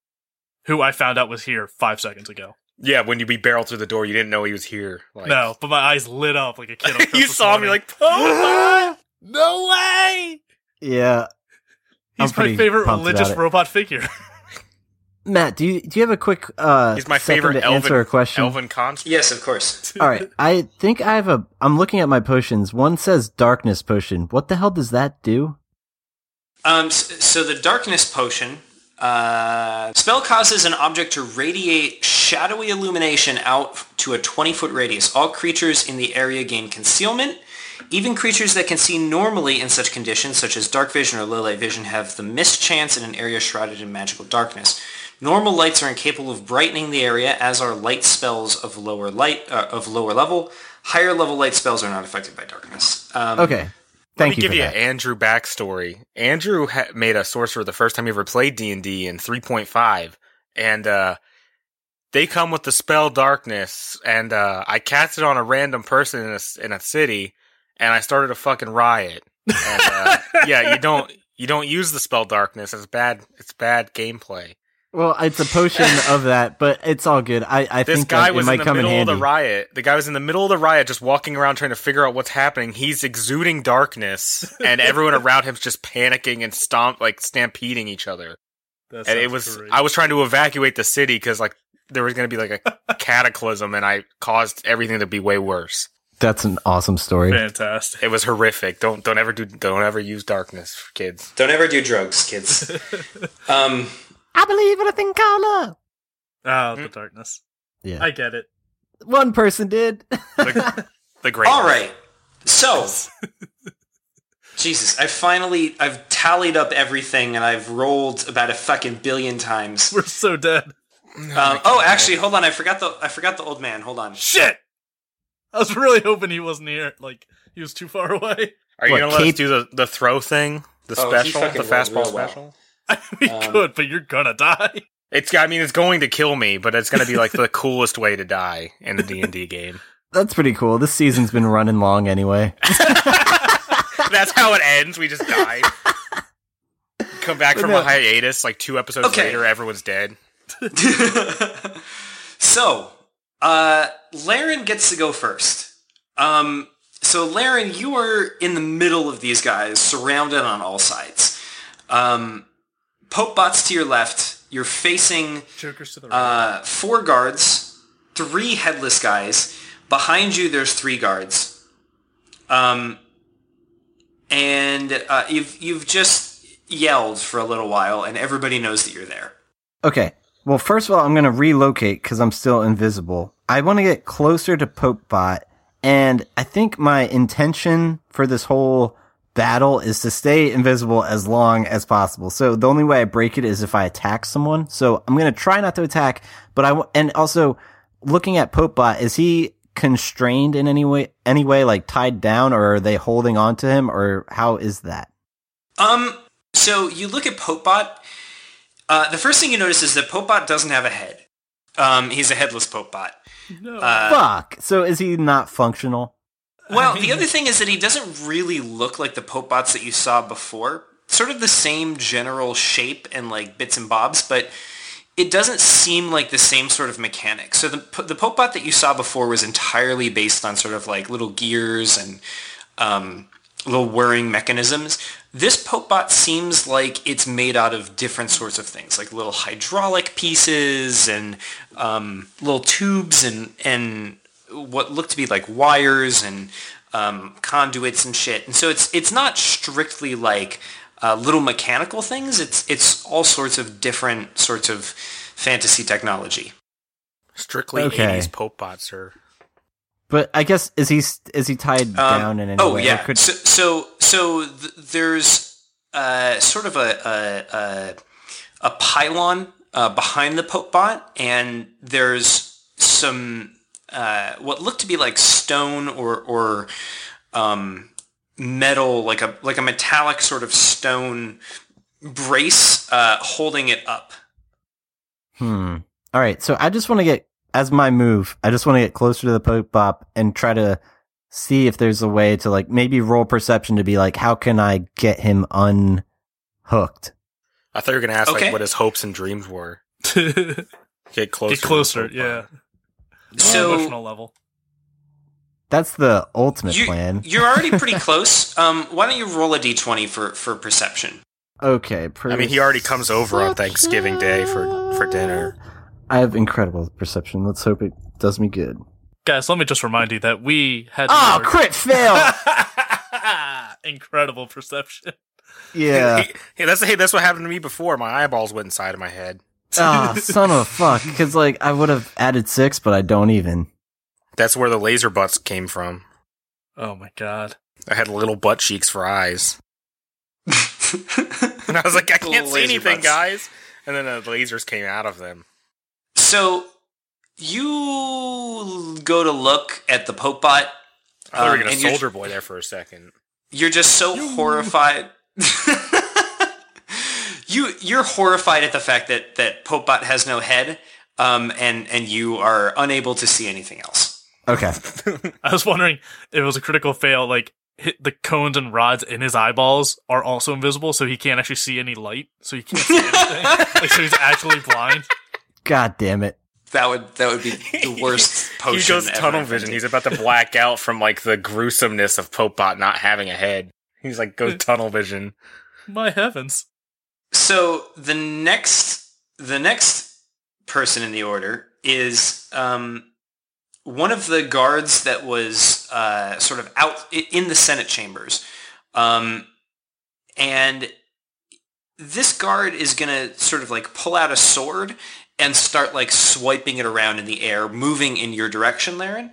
Speaker 2: who I found out was here five seconds ago.
Speaker 5: Yeah, when you be barreled through the door, you didn't know he was here. Like,
Speaker 2: no,
Speaker 5: [LAUGHS]
Speaker 2: but my eyes lit up like a kid. on
Speaker 5: you
Speaker 2: Christmas
Speaker 5: saw me
Speaker 2: morning.
Speaker 5: like [LAUGHS] Popeye. no way.
Speaker 4: yeah. I'm
Speaker 2: he's my
Speaker 4: pretty
Speaker 2: favorite
Speaker 4: pumped about
Speaker 2: religious
Speaker 4: it.
Speaker 2: robot figure.
Speaker 4: Matt, do you do you have a quick uh
Speaker 5: He's my
Speaker 4: second
Speaker 5: favorite
Speaker 4: to
Speaker 5: Elvin,
Speaker 4: answer a question?
Speaker 5: Elvin constant.
Speaker 1: yes, of course.
Speaker 4: All right, I think I have a. I'm looking at my potions. One says darkness potion. What the hell does that do?
Speaker 1: Um, s- so the darkness potion uh, spell causes an object to radiate shadowy illumination out to a 20-foot radius. All creatures in the area gain concealment. Even creatures that can see normally in such conditions, such as dark vision or low light vision, have the missed chance in an area shrouded in magical darkness. Normal lights are incapable of brightening the area, as are light spells of lower light uh, of lower level. Higher level light spells are not affected by darkness. Um,
Speaker 4: Okay.
Speaker 5: Let me
Speaker 4: Thank you
Speaker 5: give
Speaker 4: for
Speaker 5: you
Speaker 4: that.
Speaker 5: an Andrew backstory. Andrew ha- made a sorcerer the first time he ever played D and D in 3.5, and uh, they come with the spell darkness. And uh, I cast it on a random person in a, s- in a city, and I started a fucking riot. And, [LAUGHS] uh, yeah, you don't you don't use the spell darkness. It's bad. It's bad gameplay.
Speaker 4: Well, it's a
Speaker 5: [LAUGHS]
Speaker 4: potion of that, but it's all good. I, I
Speaker 5: This
Speaker 4: think
Speaker 5: guy
Speaker 4: that it
Speaker 5: was in
Speaker 4: might
Speaker 5: the
Speaker 4: come in
Speaker 5: middle of
Speaker 4: handy.
Speaker 5: the riot. The guy was in the middle of the riot, just walking around trying to figure out what's happening. He's exuding
Speaker 4: [LAUGHS]
Speaker 5: darkness, and everyone around him's just panicking and stomp like stampeding each other.
Speaker 2: That
Speaker 5: and it
Speaker 2: sounds
Speaker 5: was
Speaker 2: great.
Speaker 5: I was trying to evacuate the city because like there was going to be like
Speaker 2: [LAUGHS]
Speaker 5: a cataclysm, and I caused everything to be way worse.
Speaker 4: That's an awesome story.
Speaker 2: fantastic.
Speaker 5: It was horrific. Don't don't ever do don't ever use darkness for kids.
Speaker 1: Don't ever do drugs, kids. um,
Speaker 4: I believe in a thing called love.
Speaker 2: Ah,
Speaker 1: Mm.
Speaker 2: the darkness.
Speaker 4: Yeah.
Speaker 2: I get it. [LAUGHS]
Speaker 4: One person did. [LAUGHS]
Speaker 5: The, the great.
Speaker 1: all right. [LAUGHS] So, Jesus, I finally I've tallied up everything and I've rolled about a fucking billion times.
Speaker 2: We're so dead.
Speaker 1: Um, oh, actually, hold on. I forgot the I forgot the old man. Hold on.
Speaker 2: Shit. I was really hoping he wasn't here. Like he was too far [LAUGHS] away.
Speaker 5: Are you
Speaker 4: What,
Speaker 5: going to let us
Speaker 4: Kate-
Speaker 5: do the, the throw thing? The
Speaker 1: Oh, he
Speaker 5: special?
Speaker 1: fucking
Speaker 5: The fastball
Speaker 1: rolled real well.
Speaker 5: special?
Speaker 2: We
Speaker 1: Um,
Speaker 2: could, but you're gonna die. [LAUGHS]
Speaker 5: It's. I mean, it's going to kill me, but it's going to be like the [LAUGHS] coolest way to die in the D and D game.
Speaker 4: That's pretty cool. This season's been running long anyway.
Speaker 5: That's how it ends. We just die. Come back from a hiatus, like two episodes
Speaker 1: Okay.
Speaker 5: later, everyone's dead.
Speaker 1: [LAUGHS] so, uh, Laren gets to go first. Um, so, Laren, you are in the middle of these guys, surrounded on all sides. Um, Pope bots to your left. You're facing
Speaker 2: Joker's to the right.
Speaker 1: uh, four guards, three headless guys. Behind you, there's three guards. Um, and uh, you've you've just yelled for a little while, and everybody knows that you're there.
Speaker 4: Okay. Well, first of all, I'm going to relocate because I'm still invisible. I want to get closer to Popebot, and I think my intention for this whole battle is to stay invisible as long as possible. So the only way I break it is if I attack someone. So I'm going to try not to attack, but I w- and also looking at Popebot, is he constrained in any way? Any way, like tied down, or are they holding on to him, or how is that?
Speaker 1: Um, so you look at Popebot. Uh, the first thing you notice is that Popebot doesn't have a head. Um, he's a headless Popebot.
Speaker 2: no.
Speaker 1: Uh,
Speaker 4: [LAUGHS] Fuck. So is he not functional?
Speaker 1: Well, the other thing is that he doesn't really look like the Popebots that you saw before. Sort of the same general shape and like bits and bobs, but it doesn't seem like the same sort of mechanic. So the po- the Popebot that you saw before was entirely based on sort of like little gears and um, little whirring mechanisms. This Popebot seems like it's made out of different sorts of things, like little hydraulic pieces and um, little tubes and and what look to be like wires and um, conduits and shit. And so it's it's not strictly like uh, little mechanical things. It's it's all sorts of different sorts of fantasy technology.
Speaker 5: Strictly
Speaker 4: Okay.
Speaker 5: eighties Pope bot, sir.
Speaker 4: But I guess is he is he tied
Speaker 1: Um,
Speaker 4: down in any
Speaker 1: oh
Speaker 4: way?
Speaker 1: yeah.
Speaker 4: Or could-
Speaker 1: so so so th- there's uh, sort of a a, a, a pylon uh, behind the Popebot, and there's some uh, what look to be like stone or or um, metal, like a like a metallic sort of stone brace uh, holding it up.
Speaker 4: hmm. All right. So I just want to get as my move. I just want to get closer to the Pope Bop and try to see if there's a way to like maybe roll perception to be like, how can I get him unhooked?
Speaker 5: I thought you were gonna ask
Speaker 1: Okay.
Speaker 5: like what his hopes and dreams were.
Speaker 2: Get
Speaker 5: Get closer. to the
Speaker 2: closer.
Speaker 5: Pope
Speaker 2: Yeah.
Speaker 5: bot.
Speaker 1: So-
Speaker 2: emotional level.
Speaker 4: That's the ultimate
Speaker 1: You-
Speaker 4: plan.
Speaker 1: You're already
Speaker 4: [LAUGHS]
Speaker 1: pretty close. Um, why don't you roll a d20 for for perception?
Speaker 4: okay.
Speaker 5: I mean, he already comes over on Thanksgiving Day for for dinner.
Speaker 4: I have incredible perception. Let's hope it does me good.
Speaker 2: Guys, let me just remind you that we had
Speaker 1: Ah,
Speaker 4: Oh,
Speaker 2: another-
Speaker 4: crit fail!
Speaker 2: [LAUGHS] incredible perception.
Speaker 4: [LAUGHS]
Speaker 1: [LAUGHS]
Speaker 4: yeah.
Speaker 5: Hey, hey, that's hey, that's what happened to me before. My eyeballs went inside of my head.
Speaker 4: [LAUGHS] Ah, son of a fuck. Because like I would have added six, but I don't even.
Speaker 5: That's where the laser butts came from.
Speaker 2: Oh my god.
Speaker 5: I had little butt cheeks for eyes, and I was like, I
Speaker 1: Little
Speaker 5: can't see
Speaker 1: laser
Speaker 5: anything,
Speaker 1: butts.
Speaker 5: guys. And then the lasers came out of them.
Speaker 1: So you go to look at the Pope bot.
Speaker 5: I thought we were
Speaker 1: um,
Speaker 5: gonna
Speaker 1: and you're-
Speaker 5: soldier boy there for a second.
Speaker 1: You're just so
Speaker 5: [LAUGHS]
Speaker 1: horrified. you you're horrified at the fact that that Popebot has no head, um, and and you are unable to see anything else.
Speaker 4: Okay.
Speaker 2: [LAUGHS] I was wondering if it was a critical fail, like hit the cones and rods in his eyeballs are also invisible, so he can't actually see any light, so he can't see anything. like, so he's actually blind.
Speaker 4: God damn it.
Speaker 1: That would that would be
Speaker 5: [LAUGHS]
Speaker 1: the worst
Speaker 5: He
Speaker 1: potion.
Speaker 5: goes
Speaker 1: ever
Speaker 5: tunnel vision.
Speaker 1: invented.
Speaker 5: He's about to black out from like the gruesomeness of Popebot not having a head. He's like, go tunnel vision.
Speaker 2: My heavens.
Speaker 1: So the next the next person in the order is um, one of the guards that was uh, sort of out i- in the Senate chambers, um, and this guard is gonna sort of like pull out a sword and start like swiping it around in the air, moving in your direction, Laren.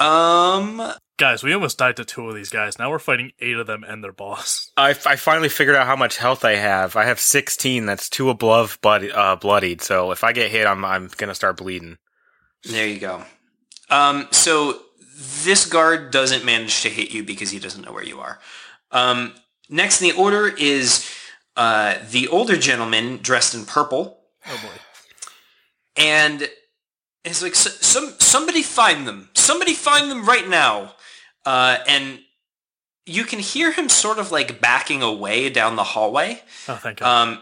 Speaker 1: Um,
Speaker 2: Guys, we almost died to two of these guys. Now we're fighting eight of them and their boss.
Speaker 5: I, I finally figured out how much health I have. I have 16. That's two above blood, uh, bloodied. So if I get hit, I'm I'm gonna start bleeding.
Speaker 1: There you go. Um, so this guard doesn't manage to hit you because he doesn't know where you are. Um, next in the order is uh, the older gentleman dressed in purple,
Speaker 2: Oh boy.
Speaker 1: and it's like "S- some somebody find them, somebody find them right now, uh, and you can hear him sort of like backing away down the hallway.
Speaker 2: Oh, thank God.
Speaker 1: Um,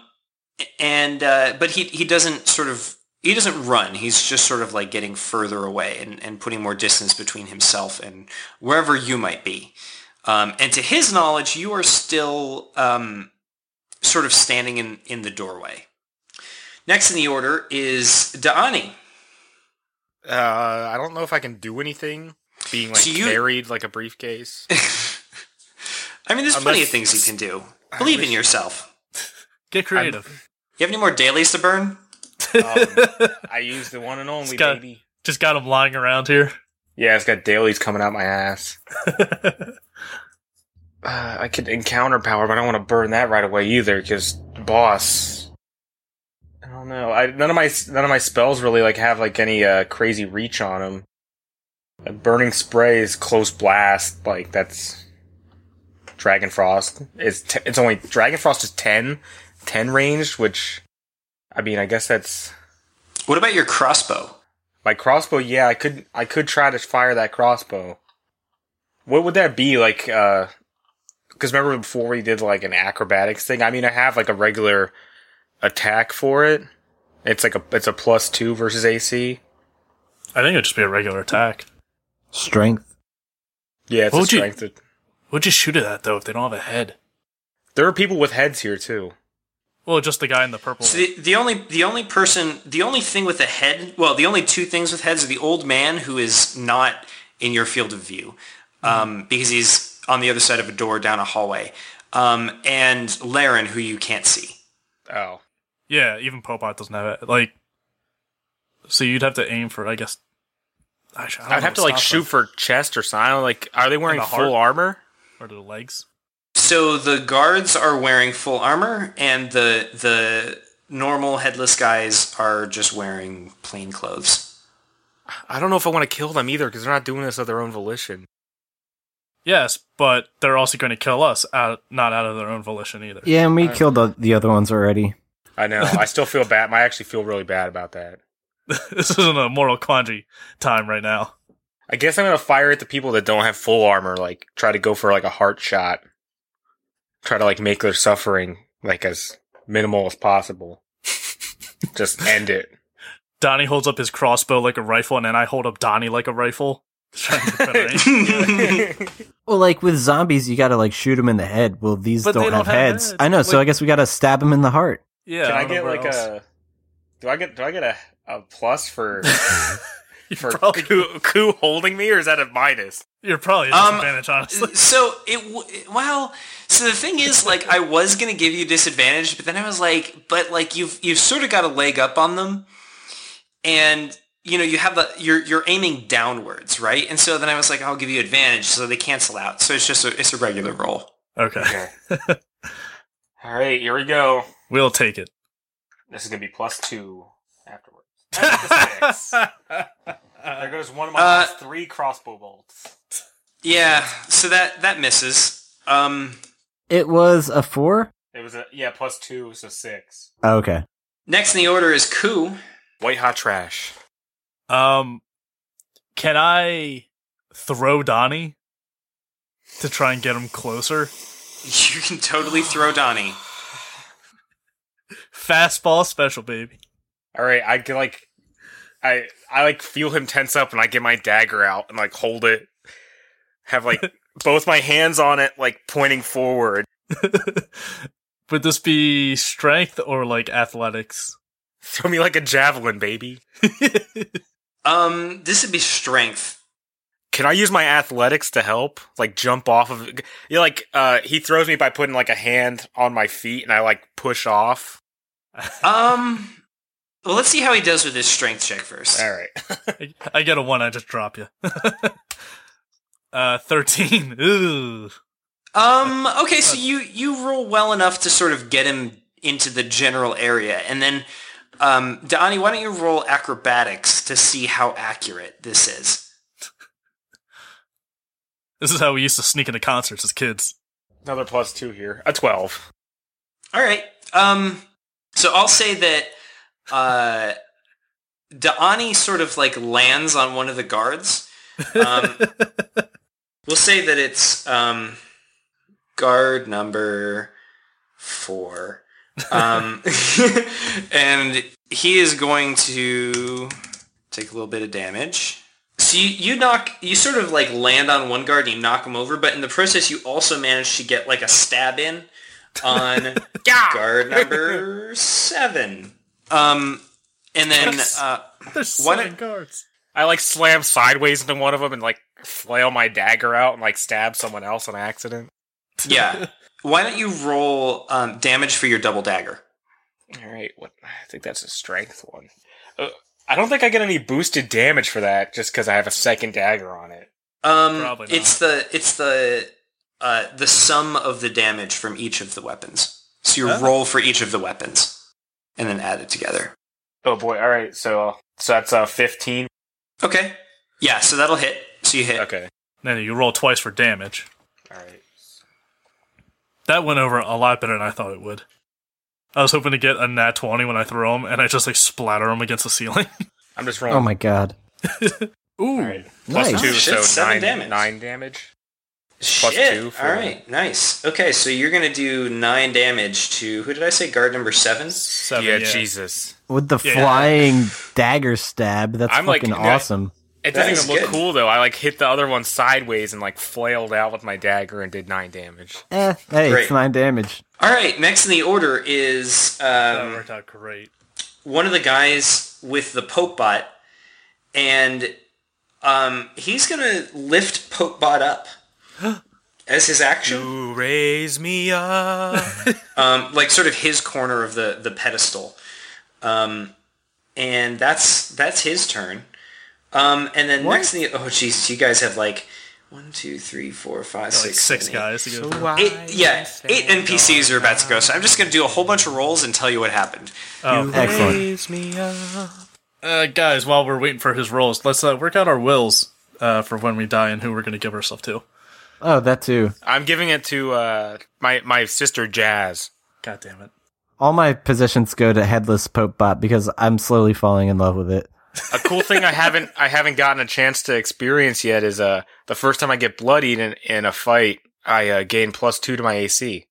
Speaker 1: and uh, but he he doesn't sort of he doesn't run. He's just sort of like getting further away and, and putting more distance between himself and wherever you might be. Um, and to his knowledge, you are still um, sort of standing in, in the doorway. Next in the order is Daani.
Speaker 5: Uh, I don't know if I can do anything. Being like
Speaker 1: So you-
Speaker 5: carried like a [LAUGHS] briefcase.
Speaker 1: I mean, there's plenty
Speaker 5: Unless-
Speaker 1: of things you can do. Believe in yourself.
Speaker 2: Get creative.
Speaker 1: You have any more dailies to burn?
Speaker 5: um, I use the one and only
Speaker 2: got-
Speaker 5: baby.
Speaker 2: Just got him lying around here. [LAUGHS]
Speaker 5: Yeah, it's got dailies coming out my ass. Uh, I could encounter power, but I don't want to burn that right away either. Because boss, I don't know. I, none of my none of my spells really like have like any uh, crazy reach on them. burning spray is close blast. Like that's dragon frost. It's t- it's only dragon frost is 10, 10 range, which I mean, I guess that's
Speaker 1: What about your crossbow?
Speaker 5: my crossbow, yeah, I could I could try to fire that crossbow. What would that be like? uh 'cause Because remember before we did like an acrobatics thing. I mean, I have like a regular attack for it. It's like a it's a plus two versus AC.
Speaker 2: I think it'd just be a regular attack.
Speaker 4: Strength.
Speaker 5: Yeah, it's
Speaker 2: What
Speaker 5: a
Speaker 2: would you-
Speaker 5: strength.
Speaker 2: What'd you shoot it at though if they don't have a head?
Speaker 5: There are people with heads here too.
Speaker 2: Well, just the guy in the purple.
Speaker 1: So the, the only the only person the only thing with a head well the only two things with heads are the old man who is not in your field of view um, because he's on the other side of a door down a hallway um, and Laren who you can't see.
Speaker 5: Oh,
Speaker 2: yeah, even Popot doesn't have it. Like, so you'd have to aim for, I guess. Actually, I don't
Speaker 5: I'd
Speaker 2: know
Speaker 5: have to
Speaker 2: what
Speaker 5: like
Speaker 2: stop
Speaker 5: shoot
Speaker 2: them.
Speaker 5: for chest or something. I don't- Like, are they wearing
Speaker 2: the
Speaker 5: full
Speaker 2: heart?
Speaker 5: armor?
Speaker 2: or to the legs.
Speaker 1: So the guards are wearing full armor and the the normal headless guys are just wearing plain clothes.
Speaker 5: I don't know if I want to kill them either because they're not doing this of their own volition.
Speaker 2: Yes, but they're also going to kill us, out, not out of their own volition either.
Speaker 4: Yeah, and we killed the, the other ones already.
Speaker 5: I know. I still feel bad. I actually feel really bad about that.
Speaker 2: [LAUGHS] this isn't a moral quandary time right now.
Speaker 5: I guess I'm gonna fire at the people that don't have full armor. Like, try to go for like a heart shot. Try to like make their suffering like as minimal as [LAUGHS] possible. Just end it.
Speaker 2: Donnie holds up his crossbow like a rifle, and then I hold up Donnie like a rifle. Trying to better aim.
Speaker 5: [LAUGHS]
Speaker 4: Well, like with zombies, you gotta like shoot them in the head. Well, these
Speaker 2: But
Speaker 4: don't,
Speaker 2: they don't
Speaker 4: have,
Speaker 2: have
Speaker 4: heads.
Speaker 2: heads.
Speaker 4: I know, so
Speaker 2: Like-
Speaker 4: I guess we gotta stab them in the heart.
Speaker 2: yeah,
Speaker 5: Can I,
Speaker 2: don't know
Speaker 5: get
Speaker 2: where
Speaker 5: like
Speaker 2: else.
Speaker 5: a? Do I get do I get a, a plus [LAUGHS] for
Speaker 2: [LAUGHS] You're
Speaker 5: for
Speaker 2: probably,
Speaker 5: coup, coup holding me, or is that a minus?
Speaker 2: you're probably at
Speaker 1: Um,
Speaker 2: disadvantage, honestly.
Speaker 1: so it w- well so the thing is like i was gonna give you disadvantage but then i was like but like you've you've sort of got a leg up on them and you know you have the you're you're aiming downwards right and so then i was like i'll give you advantage so they cancel out so it's just a, it's a regular roll
Speaker 5: [LAUGHS]
Speaker 2: Okay,
Speaker 5: All right, here we go.
Speaker 2: we'll take it.
Speaker 5: [LAUGHS] This is gonna be plus two afterwards.
Speaker 2: [LAUGHS]
Speaker 5: Six. there goes one of my last three crossbow bolts.
Speaker 1: Yeah, so that that misses. Um,
Speaker 4: It was a four.
Speaker 5: It was a yeah plus two, so six.
Speaker 4: Oh, Okay.
Speaker 1: next in the order is Ku. [LAUGHS]
Speaker 5: White hot trash.
Speaker 2: Um, can I throw Donnie to try and get him closer?
Speaker 1: You can totally throw Donnie.
Speaker 2: Fastball special, baby. [LAUGHS]
Speaker 5: All right, I can like, I I like feel him tense up, and I get my dagger out and like hold it, have [LAUGHS] like both my hands on it, like pointing forward.
Speaker 2: Would this be strength or like athletics?
Speaker 5: Throw me like a javelin, baby.
Speaker 1: Um, this would be strength.
Speaker 5: Can I use my athletics to help? Like jump off of it? You know, like uh he throws me by putting like a hand on my feet and I like push off.
Speaker 1: Um, well, let's see how he does with his strength check first.
Speaker 5: All right. [LAUGHS]
Speaker 2: I- I get a one. I just drop you. [LAUGHS] uh, thirteen. [LAUGHS] Ooh.
Speaker 1: Um. Okay. So you you roll well enough to sort of get him into the general area, and then, um, Donnie, why don't you roll acrobatics to see how accurate this is?
Speaker 2: This is how we used to sneak into concerts as kids.
Speaker 5: Another plus 2 here. A 12.
Speaker 1: All right. Um. So I'll say that, uh, Donnie sort of like lands on one of the guards. Um, we'll say that it's um, guard number four. Um, [LAUGHS] and he is going to take a little bit of damage. So you, you knock, you sort of like land on one guard and you knock him over, but in the process you also manage to get like a stab in on guard number seven. Um, and then uh,
Speaker 2: There's
Speaker 1: Why
Speaker 2: seven
Speaker 1: not-
Speaker 2: guards.
Speaker 5: I like slam sideways into one of them and like flail my dagger out and like stab someone else on accident.
Speaker 2: [LAUGHS]
Speaker 1: yeah, why don't you roll um, damage for your double dagger?
Speaker 5: All right. What I think that's a strength one. Uh, I don't think I get any boosted damage for that just cuz I have a second dagger on it.
Speaker 1: Um,
Speaker 2: Probably not.
Speaker 1: it's the it's the uh, the sum of the damage from each of the weapons. So you
Speaker 2: Oh.
Speaker 1: roll for each of the weapons, and then add it together.
Speaker 5: Oh boy. All right. So so that's uh 15.
Speaker 1: Okay. Yeah. So that'll hit. So you hit.
Speaker 5: Okay.
Speaker 2: Then you roll twice for damage.
Speaker 5: All right.
Speaker 2: That went over a lot better than I thought it would. I was hoping to get a nat 20 when I throw him, and I just like splatter him against the ceiling. [LAUGHS]
Speaker 5: I'm just
Speaker 4: Oh
Speaker 5: rolling.
Speaker 4: my god.
Speaker 2: Ooh.
Speaker 5: Alright.
Speaker 4: Nice.
Speaker 5: Plus two,
Speaker 1: Oh, shit,
Speaker 5: so
Speaker 1: seven
Speaker 5: nine
Speaker 1: damage.
Speaker 5: Nine damage.
Speaker 1: Shit.
Speaker 5: two for-
Speaker 1: All right. Nice. Okay. So you're gonna do nine damage to who did I say? Guard number seven.
Speaker 2: Seven,
Speaker 5: yeah, Jesus.
Speaker 4: With the
Speaker 2: Yeah.
Speaker 4: flying dagger stab, that's
Speaker 5: I'm like,
Speaker 4: fucking
Speaker 5: yeah.
Speaker 4: awesome.
Speaker 5: It
Speaker 1: That
Speaker 5: doesn't
Speaker 1: is
Speaker 5: even look
Speaker 1: good.
Speaker 5: cool though. I like hit the other one sideways and like flailed out with my dagger and did nine damage.
Speaker 4: Eh, hey,
Speaker 1: Great.
Speaker 4: it's nine damage.
Speaker 1: All right. Next in the order is
Speaker 2: That
Speaker 1: um,
Speaker 2: worked out great.
Speaker 1: one of the guys with the Popebot, and um, he's gonna lift Popebot
Speaker 5: [GASPS]
Speaker 1: up as his action,
Speaker 5: You raise me up.
Speaker 1: [LAUGHS] um, like sort of his corner of the the pedestal, um, and that's that's his turn. Um, and then next in the oh jeez, you guys have like one, two, three, four, five,
Speaker 2: Like
Speaker 1: six,
Speaker 2: six
Speaker 1: seven, eight.
Speaker 2: guys to go through.
Speaker 1: Eight, yeah, eight NPCs are about to go, so I'm just going to do a whole bunch of rolls and tell you what happened.
Speaker 2: Oh.
Speaker 4: Excellent.
Speaker 5: Raise me up.
Speaker 2: Uh, guys, while we're waiting for his rolls, let's uh, work out our wills uh, for when we die and who we're going to give ourselves to.
Speaker 4: Oh, that too.
Speaker 5: I'm giving it to uh, my my sister Jazz.
Speaker 2: God damn it.
Speaker 4: All my positions go to headless Pope Bot because I'm slowly falling in love with it.
Speaker 5: A cool thing I haven't I haven't gotten a chance to experience yet is uh the first time I get bloodied in, in a fight I uh, gain plus two to my AC.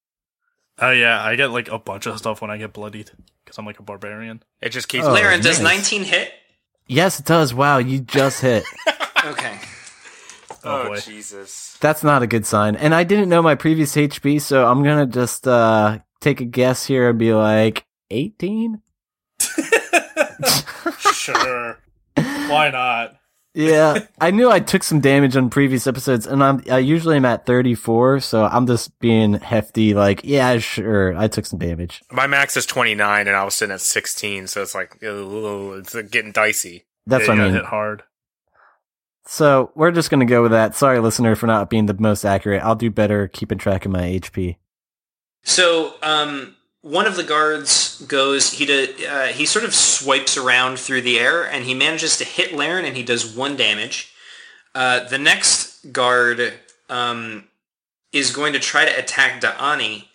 Speaker 2: Oh, yeah, I get like a bunch of stuff when I get bloodied because I'm like a barbarian.
Speaker 5: It just keeps.
Speaker 4: Oh,
Speaker 1: Laren, does
Speaker 4: nice.
Speaker 1: 19 hit?
Speaker 4: Yes, it does. Wow, you just hit.
Speaker 1: Okay.
Speaker 2: Oh, boy.
Speaker 5: Jesus!
Speaker 4: That's not a good sign. And I didn't know my previous HP, so I'm gonna just uh take a guess here and be like eighteen.
Speaker 2: sure. Why not? [LAUGHS]
Speaker 4: Yeah, I knew I took some damage on previous episodes, and I'm I usually am at thirty four, so I'm just being hefty. Like, yeah, sure, I took some damage.
Speaker 5: My max is 29 and I was sitting at 16, so it's like ugh, it's like getting dicey.
Speaker 4: That's
Speaker 2: yeah,
Speaker 4: what
Speaker 2: you
Speaker 4: I
Speaker 2: got
Speaker 4: mean.
Speaker 2: hit hard.
Speaker 4: So we're just gonna go with that. Sorry, listener, for not being the most accurate. I'll do better keeping track of my HP.
Speaker 1: So, um, one of the guards goes. He do, uh, he sort of swipes around through the air, and he manages to hit Laren, and he does one damage. Uh, the next guard um, is going to try to attack Daani.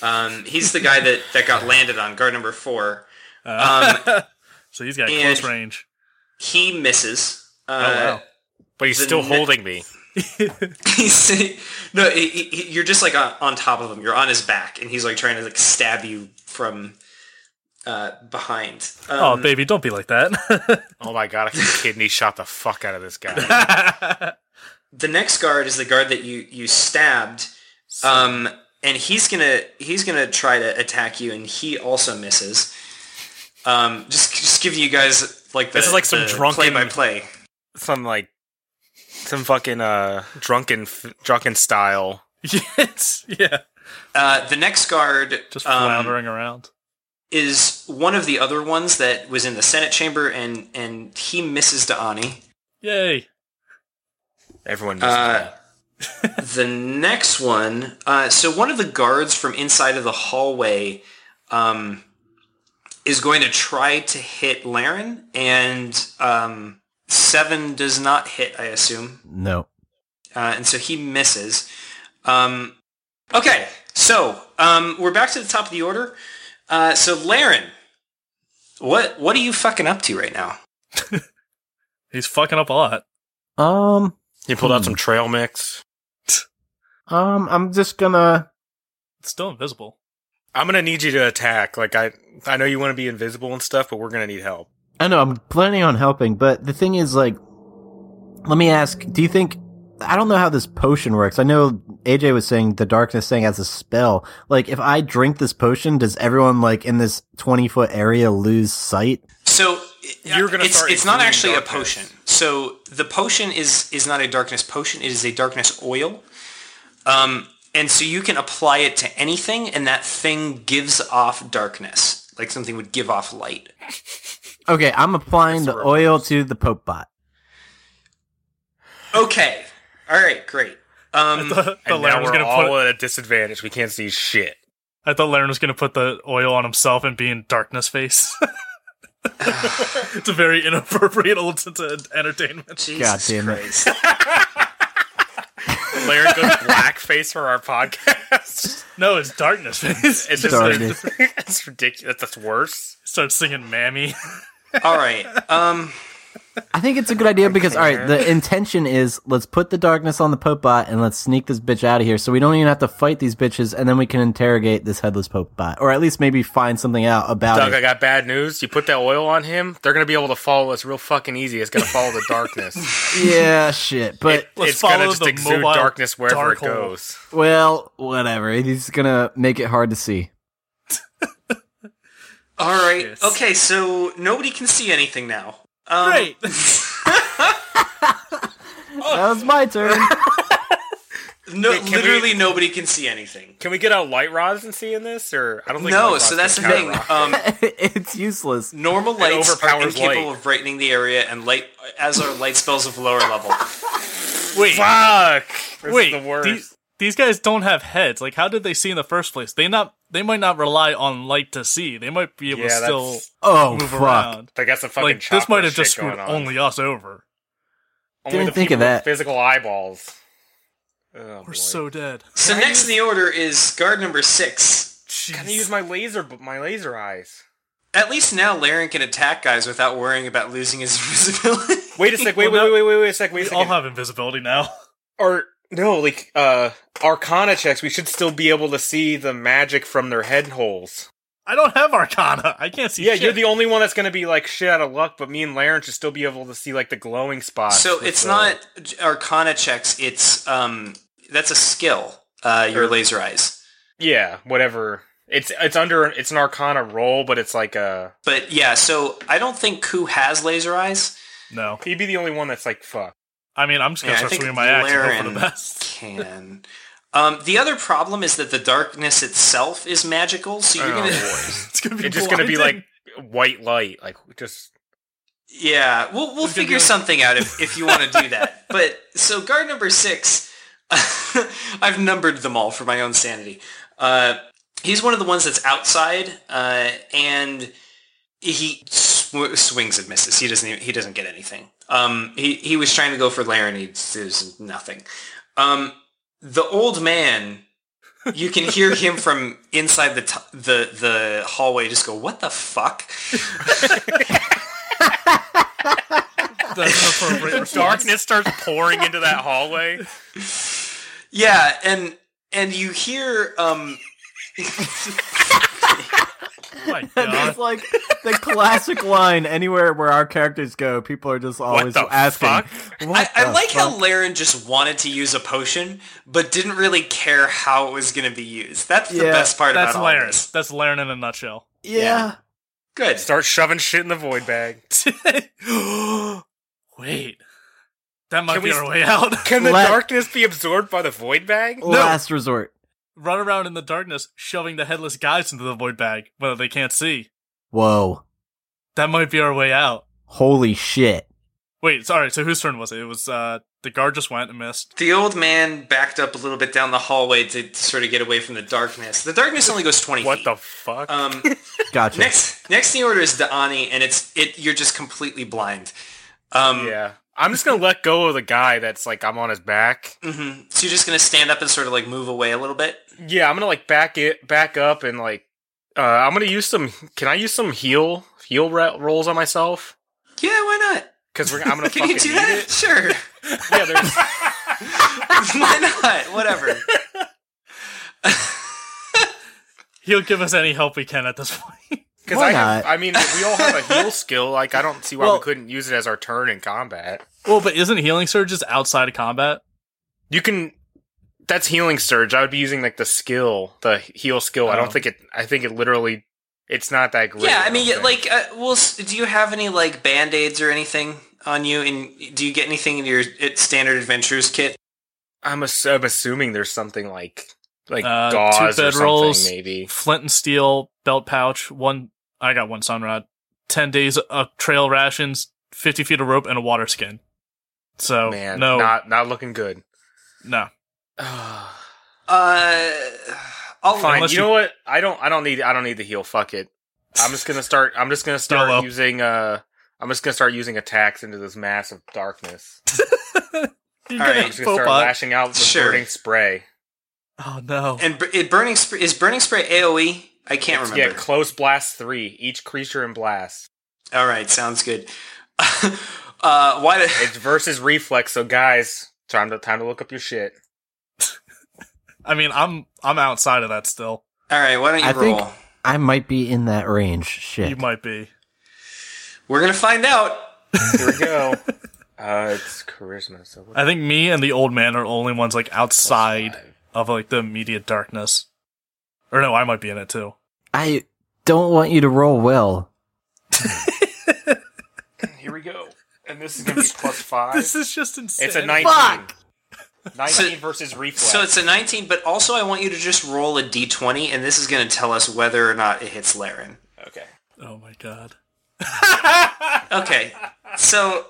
Speaker 1: Um, he's the guy that that got landed on, guard number four.
Speaker 2: Uh, so he's got
Speaker 1: and-
Speaker 2: close range.
Speaker 1: He misses. Uh,
Speaker 2: Oh wow.
Speaker 5: But he's
Speaker 1: The
Speaker 5: still
Speaker 1: ne-
Speaker 5: holding me.
Speaker 1: [LAUGHS] he's no he, he, you're just like on, on top of him you're on his back and he's like trying to like stab you from uh behind
Speaker 2: oh
Speaker 1: um,
Speaker 2: baby, don't be like that. [LAUGHS]
Speaker 5: Oh my god, I
Speaker 1: [LAUGHS]
Speaker 5: can kidney shot the fuck out of this guy.
Speaker 1: the next guard is the guard that you you stabbed um and he's gonna he's gonna try to attack you and he also misses um just just giving you guys like the,
Speaker 5: This is like some
Speaker 1: the
Speaker 5: drunken-
Speaker 1: play-by-play
Speaker 5: some like some fucking uh drunken f- drunken style.
Speaker 2: yes. Yeah.
Speaker 1: uh the next guard
Speaker 2: Just
Speaker 1: um,
Speaker 2: floundering around.
Speaker 1: is one of the other ones that was in the senate chamber and and he misses to ani
Speaker 2: Yay.
Speaker 5: Everyone misses
Speaker 1: Uh,
Speaker 5: that.
Speaker 1: the next one. Uh, so one of the guards from inside of the hallway um, is going to try to hit Laren, and um, seven does not hit, I assume,
Speaker 4: No.
Speaker 1: uh, and so he misses. Um, okay, so um, we're back to the top of the order. Uh, so Laren, what what are you fucking up to right now?
Speaker 2: He's fucking up a lot.
Speaker 4: Um.
Speaker 5: You pulled
Speaker 2: Hmm.
Speaker 5: out some trail mix.
Speaker 4: Um. I'm just gonna.
Speaker 2: It's still invisible. [LAUGHS]
Speaker 5: I'm gonna need you to attack. Like I I know you wanna be invisible and stuff, but we're gonna need help.
Speaker 4: I know I'm planning on helping, but the thing is, like, let me ask: Do you think? I don't know how this potion works. I know AJ was saying the darkness thing as a spell. Like, if I drink this potion, does everyone like in this twenty foot area lose sight?
Speaker 1: So
Speaker 5: You're gonna
Speaker 1: it's,
Speaker 5: start
Speaker 1: it's not
Speaker 5: exuding
Speaker 1: actually
Speaker 5: darkness.
Speaker 1: a potion. So the potion is is not a darkness potion. It is a darkness oil. Um, and so you can apply it to anything, and that thing gives off darkness, like something would give off light.
Speaker 4: Okay, I'm applying the oil to the Pope bot.
Speaker 1: Okay. All right. Great. Um,
Speaker 2: the
Speaker 5: And now
Speaker 2: Laren was
Speaker 5: we're
Speaker 2: gonna
Speaker 5: all
Speaker 2: put.
Speaker 5: at a disadvantage. We can't
Speaker 2: [LAUGHS]
Speaker 5: see shit.
Speaker 2: I thought Laren was gonna put the oil on himself and be in darkness face. [LAUGHS] it's a very inappropriate old sense of entertainment.
Speaker 4: God
Speaker 1: Jesus
Speaker 4: damn it.
Speaker 1: Christ.
Speaker 5: Laren goes blackface for our podcast.
Speaker 2: No, it's darkness face.
Speaker 5: It's
Speaker 2: It
Speaker 5: just
Speaker 4: Darkness.
Speaker 5: [LAUGHS] it's ridiculous. That's worse.
Speaker 2: starts singing "Mammy."
Speaker 1: All right. Um,
Speaker 4: I think it's a good idea because all right, the intention is let's put the darkness on the Pope bot and let's sneak this bitch out of here, so we don't even have to fight these bitches, and then we can interrogate this headless Pope bot, or at least maybe find something out about
Speaker 5: Doug, I
Speaker 4: it.
Speaker 5: got bad news. You put that oil on him, they're gonna be able to follow us real fucking easy. It's gonna follow the
Speaker 2: [LAUGHS]
Speaker 5: darkness.
Speaker 4: Yeah, shit. But
Speaker 2: Let's
Speaker 5: it's gonna
Speaker 2: follow
Speaker 5: just
Speaker 2: the
Speaker 5: exude
Speaker 2: mobile
Speaker 5: darkness wherever
Speaker 2: dark
Speaker 5: it
Speaker 2: hole.
Speaker 5: goes.
Speaker 4: well, whatever. He's gonna make it hard to see.
Speaker 1: all right.
Speaker 2: Yes.
Speaker 1: Okay. So nobody can see anything now. Um,
Speaker 2: [LAUGHS] Great.
Speaker 4: That was my [LAUGHS] turn.
Speaker 1: No,
Speaker 5: Wait, can
Speaker 1: literally
Speaker 5: we-
Speaker 1: nobody can see anything.
Speaker 5: Can we get out light rods and see in this? Or I don't think light
Speaker 1: No.
Speaker 5: rods
Speaker 1: So that's the
Speaker 5: can
Speaker 1: thing.
Speaker 5: count.
Speaker 1: Um,
Speaker 4: it's useless.
Speaker 1: Normal lights are
Speaker 5: overpowers
Speaker 1: incapable
Speaker 5: light.
Speaker 1: of brightening the area, and light as are light spells of lower level.
Speaker 2: Wait,
Speaker 5: Fuck. This
Speaker 2: wait.
Speaker 5: is the worst.
Speaker 2: These, these guys don't have heads. Like, how did they see in the first place? They not. They might not rely on light to see. They might be able
Speaker 5: Yeah,
Speaker 2: to still
Speaker 5: that's-
Speaker 4: Oh
Speaker 2: move
Speaker 4: fuck! [LAUGHS]
Speaker 2: around.
Speaker 5: Like that's a fucking
Speaker 2: Like this might have just
Speaker 5: screwed
Speaker 2: screwed only us over.
Speaker 4: Didn't think of that.
Speaker 5: Physical eyeballs. Oh,
Speaker 2: We're so dead.
Speaker 1: So next in the order is guard number six.
Speaker 5: Can I use my laser? My laser eyes.
Speaker 1: At least now Laren can attack guys without worrying about losing his [LAUGHS] invisibility.
Speaker 5: Wait a sec. Wait,
Speaker 2: Well,
Speaker 5: wait,
Speaker 2: no-
Speaker 5: wait, wait, wait a sec. Wait a
Speaker 2: We
Speaker 5: second.
Speaker 2: all have invisibility now. [LAUGHS]
Speaker 5: or no, like uh, Arcana checks. We should still be able to see the magic from their head holes.
Speaker 2: I don't have Arcana. I can't see.
Speaker 5: Yeah,
Speaker 2: shit.
Speaker 5: you're the only one that's gonna be like shit out of luck. But me and Laren should still be able to see like the glowing spots.
Speaker 1: so
Speaker 5: with
Speaker 1: it's
Speaker 5: the- uh,
Speaker 1: not Arcana checks. It's um, that's a skill. Uh, your laser eyes.
Speaker 5: Yeah, whatever. It's it's under it's an Arcana roll, but it's like a
Speaker 1: But yeah, so I don't think Ku has laser eyes.
Speaker 2: no.
Speaker 5: he'd be the only one that's like fuck.
Speaker 2: I mean, I'm just gonna
Speaker 1: Yeah, I
Speaker 2: start
Speaker 1: think
Speaker 2: swinging my axe and hope for
Speaker 1: Laren-
Speaker 2: the best. [LAUGHS]
Speaker 1: Can. Um, the other problem is that the darkness itself is magical, so you're
Speaker 5: Oh,
Speaker 1: gonna
Speaker 5: boy.
Speaker 2: It's gonna be.
Speaker 5: it's just gonna be
Speaker 2: blinding.
Speaker 5: like white light, like just
Speaker 1: Yeah, we'll we'll
Speaker 2: It's gonna
Speaker 1: figure
Speaker 2: be like-
Speaker 1: something out if if you want to do that. But so guard [LAUGHS] number six, I've numbered them all for my own sanity. Uh, he's one of the ones that's outside, uh, and he sw- swings and misses. He doesn't. Even, he doesn't get anything. Um, he he was trying to go for Laren. He there's nothing. Um, the old man. You can hear him from inside the t- the the hallway. Just go, what the fuck?
Speaker 2: [LAUGHS] That's an
Speaker 5: [LAUGHS]
Speaker 2: appropriate response.
Speaker 5: Darkness starts pouring into that hallway.
Speaker 1: Yeah, and and you hear um,
Speaker 2: Oh
Speaker 5: [LAUGHS]
Speaker 2: my God.
Speaker 4: That's like the classic line anywhere where our characters go, people are just always
Speaker 5: the
Speaker 4: asking.
Speaker 5: fuck?
Speaker 4: What
Speaker 1: I, I
Speaker 4: the
Speaker 1: like
Speaker 4: fuck?
Speaker 1: how Laren just wanted to use a potion, but didn't really care how it was going to be used. That's the
Speaker 4: Yeah,
Speaker 1: best part
Speaker 2: That's
Speaker 1: about all
Speaker 2: Laren.
Speaker 1: this.
Speaker 2: That's Laren in a nutshell. [LAUGHS]
Speaker 4: Yeah.
Speaker 1: Good.
Speaker 5: Start shoving shit in the void bag.
Speaker 2: Wait. That might
Speaker 5: Can
Speaker 2: be
Speaker 5: we-
Speaker 2: our way out. [LAUGHS]
Speaker 5: Can the
Speaker 4: Let-
Speaker 5: darkness be absorbed by the void bag?
Speaker 4: Last resort.
Speaker 2: Run around in the darkness, shoving the headless guys into the void bag, whether they can't see.
Speaker 4: Whoa.
Speaker 2: That might be our way out.
Speaker 4: Holy shit.
Speaker 2: Wait, sorry, so whose turn was it? It was uh the guard just went and missed.
Speaker 1: The old man backed up a little bit down the hallway to, to sort of get away from the darkness. The darkness only goes twenty.
Speaker 5: What
Speaker 1: feet.
Speaker 5: the fuck?
Speaker 1: [LAUGHS] Um,
Speaker 4: Gotcha.
Speaker 1: next, next in the order is Daani, and it's it. You're just completely blind. Um,
Speaker 5: yeah. I'm just gonna let go of the guy that's like I'm on his back.
Speaker 1: mhm. So you're just gonna stand up and sort of like move away a little bit.
Speaker 5: Yeah, I'm gonna like back it back up and like uh I'm gonna use some. Can I use some heal heal re- rolls on myself?
Speaker 1: Yeah, why not?
Speaker 5: Because we're I'm [LAUGHS] gonna
Speaker 1: Can
Speaker 5: fucking
Speaker 1: you do
Speaker 5: need
Speaker 1: that?
Speaker 5: it.
Speaker 1: Sure. [LAUGHS]
Speaker 5: Yeah, [LAUGHS] there's
Speaker 1: why not? Whatever.
Speaker 2: He'll give us any help we can at this [LAUGHS] point.
Speaker 5: because
Speaker 4: Why
Speaker 5: I have,
Speaker 4: not?
Speaker 5: I mean we all have a [LAUGHS] heal skill. Like I don't see why
Speaker 4: Well-
Speaker 5: we couldn't use it as our turn in combat.
Speaker 2: well, but isn't healing surges outside of combat?
Speaker 5: You can. That's healing surge. I would be using like the skill, the heal skill. I
Speaker 2: Oh.
Speaker 5: don't think it. I think it literally. It's not that great.
Speaker 1: Yeah, I
Speaker 5: don't
Speaker 1: mean, yeah,
Speaker 5: think.
Speaker 1: like, uh, well, s- do you have any like band aids or anything on you? And do you get anything in your uh, standard adventures kit?
Speaker 5: I'm, ass- I'm assuming there's something like like
Speaker 2: Uh, two
Speaker 5: gauze or something
Speaker 2: bedrolls.
Speaker 5: maybe.
Speaker 2: Flint and steel, belt pouch, one I got one sunrod, ten days of trail rations, fifty feet of rope, and a water skin. So
Speaker 5: Man,
Speaker 2: no
Speaker 5: not not looking good. [SIGHS]
Speaker 2: no.
Speaker 1: Uh, I'll,
Speaker 5: Fine.
Speaker 2: Unless
Speaker 5: You
Speaker 2: you-
Speaker 5: know what? I don't. I don't need. I don't need the heal. Fuck it. I'm just gonna start. I'm just gonna start
Speaker 2: YOLO.
Speaker 5: using. Uh, I'm just gonna start using attacks into this mass of darkness.
Speaker 2: You
Speaker 1: All
Speaker 2: get
Speaker 1: right,
Speaker 2: a
Speaker 5: I'm just gonna start
Speaker 2: faux pas.
Speaker 5: lashing out with
Speaker 1: Sure.
Speaker 5: burning spray.
Speaker 2: Oh no.
Speaker 1: And br- it burning spray is burning spray AOE. I can't
Speaker 5: Yeah,
Speaker 1: remember.
Speaker 5: close blast three. Each creature in blast.
Speaker 1: All right, sounds good. [LAUGHS] uh, why? Do-
Speaker 5: It's versus reflex. So guys, time to time to look up your shit.
Speaker 2: I mean, I'm I'm outside of that still.
Speaker 1: All right, why don't you
Speaker 4: I
Speaker 1: roll?
Speaker 4: think I might be in that range.
Speaker 2: You
Speaker 4: Shit.
Speaker 2: might be.
Speaker 1: We're gonna find out.
Speaker 5: Here we go. uh, it's charisma. So what
Speaker 2: I think me and the old man are the only ones like outside of like the immediate darkness. Or no, I might be in it too.
Speaker 4: I don't want you to roll well.
Speaker 5: Here we go. And this is gonna be plus five.
Speaker 2: This is just insane.
Speaker 5: it's a nineteen.
Speaker 4: Fuck!
Speaker 5: Nineteen versus reflex.
Speaker 1: So it's a 19, but also I want you to just roll a d20, and this is gonna tell us whether or not it hits Laren.
Speaker 5: okay.
Speaker 2: Oh my god.
Speaker 5: [LAUGHS]
Speaker 1: Okay, so.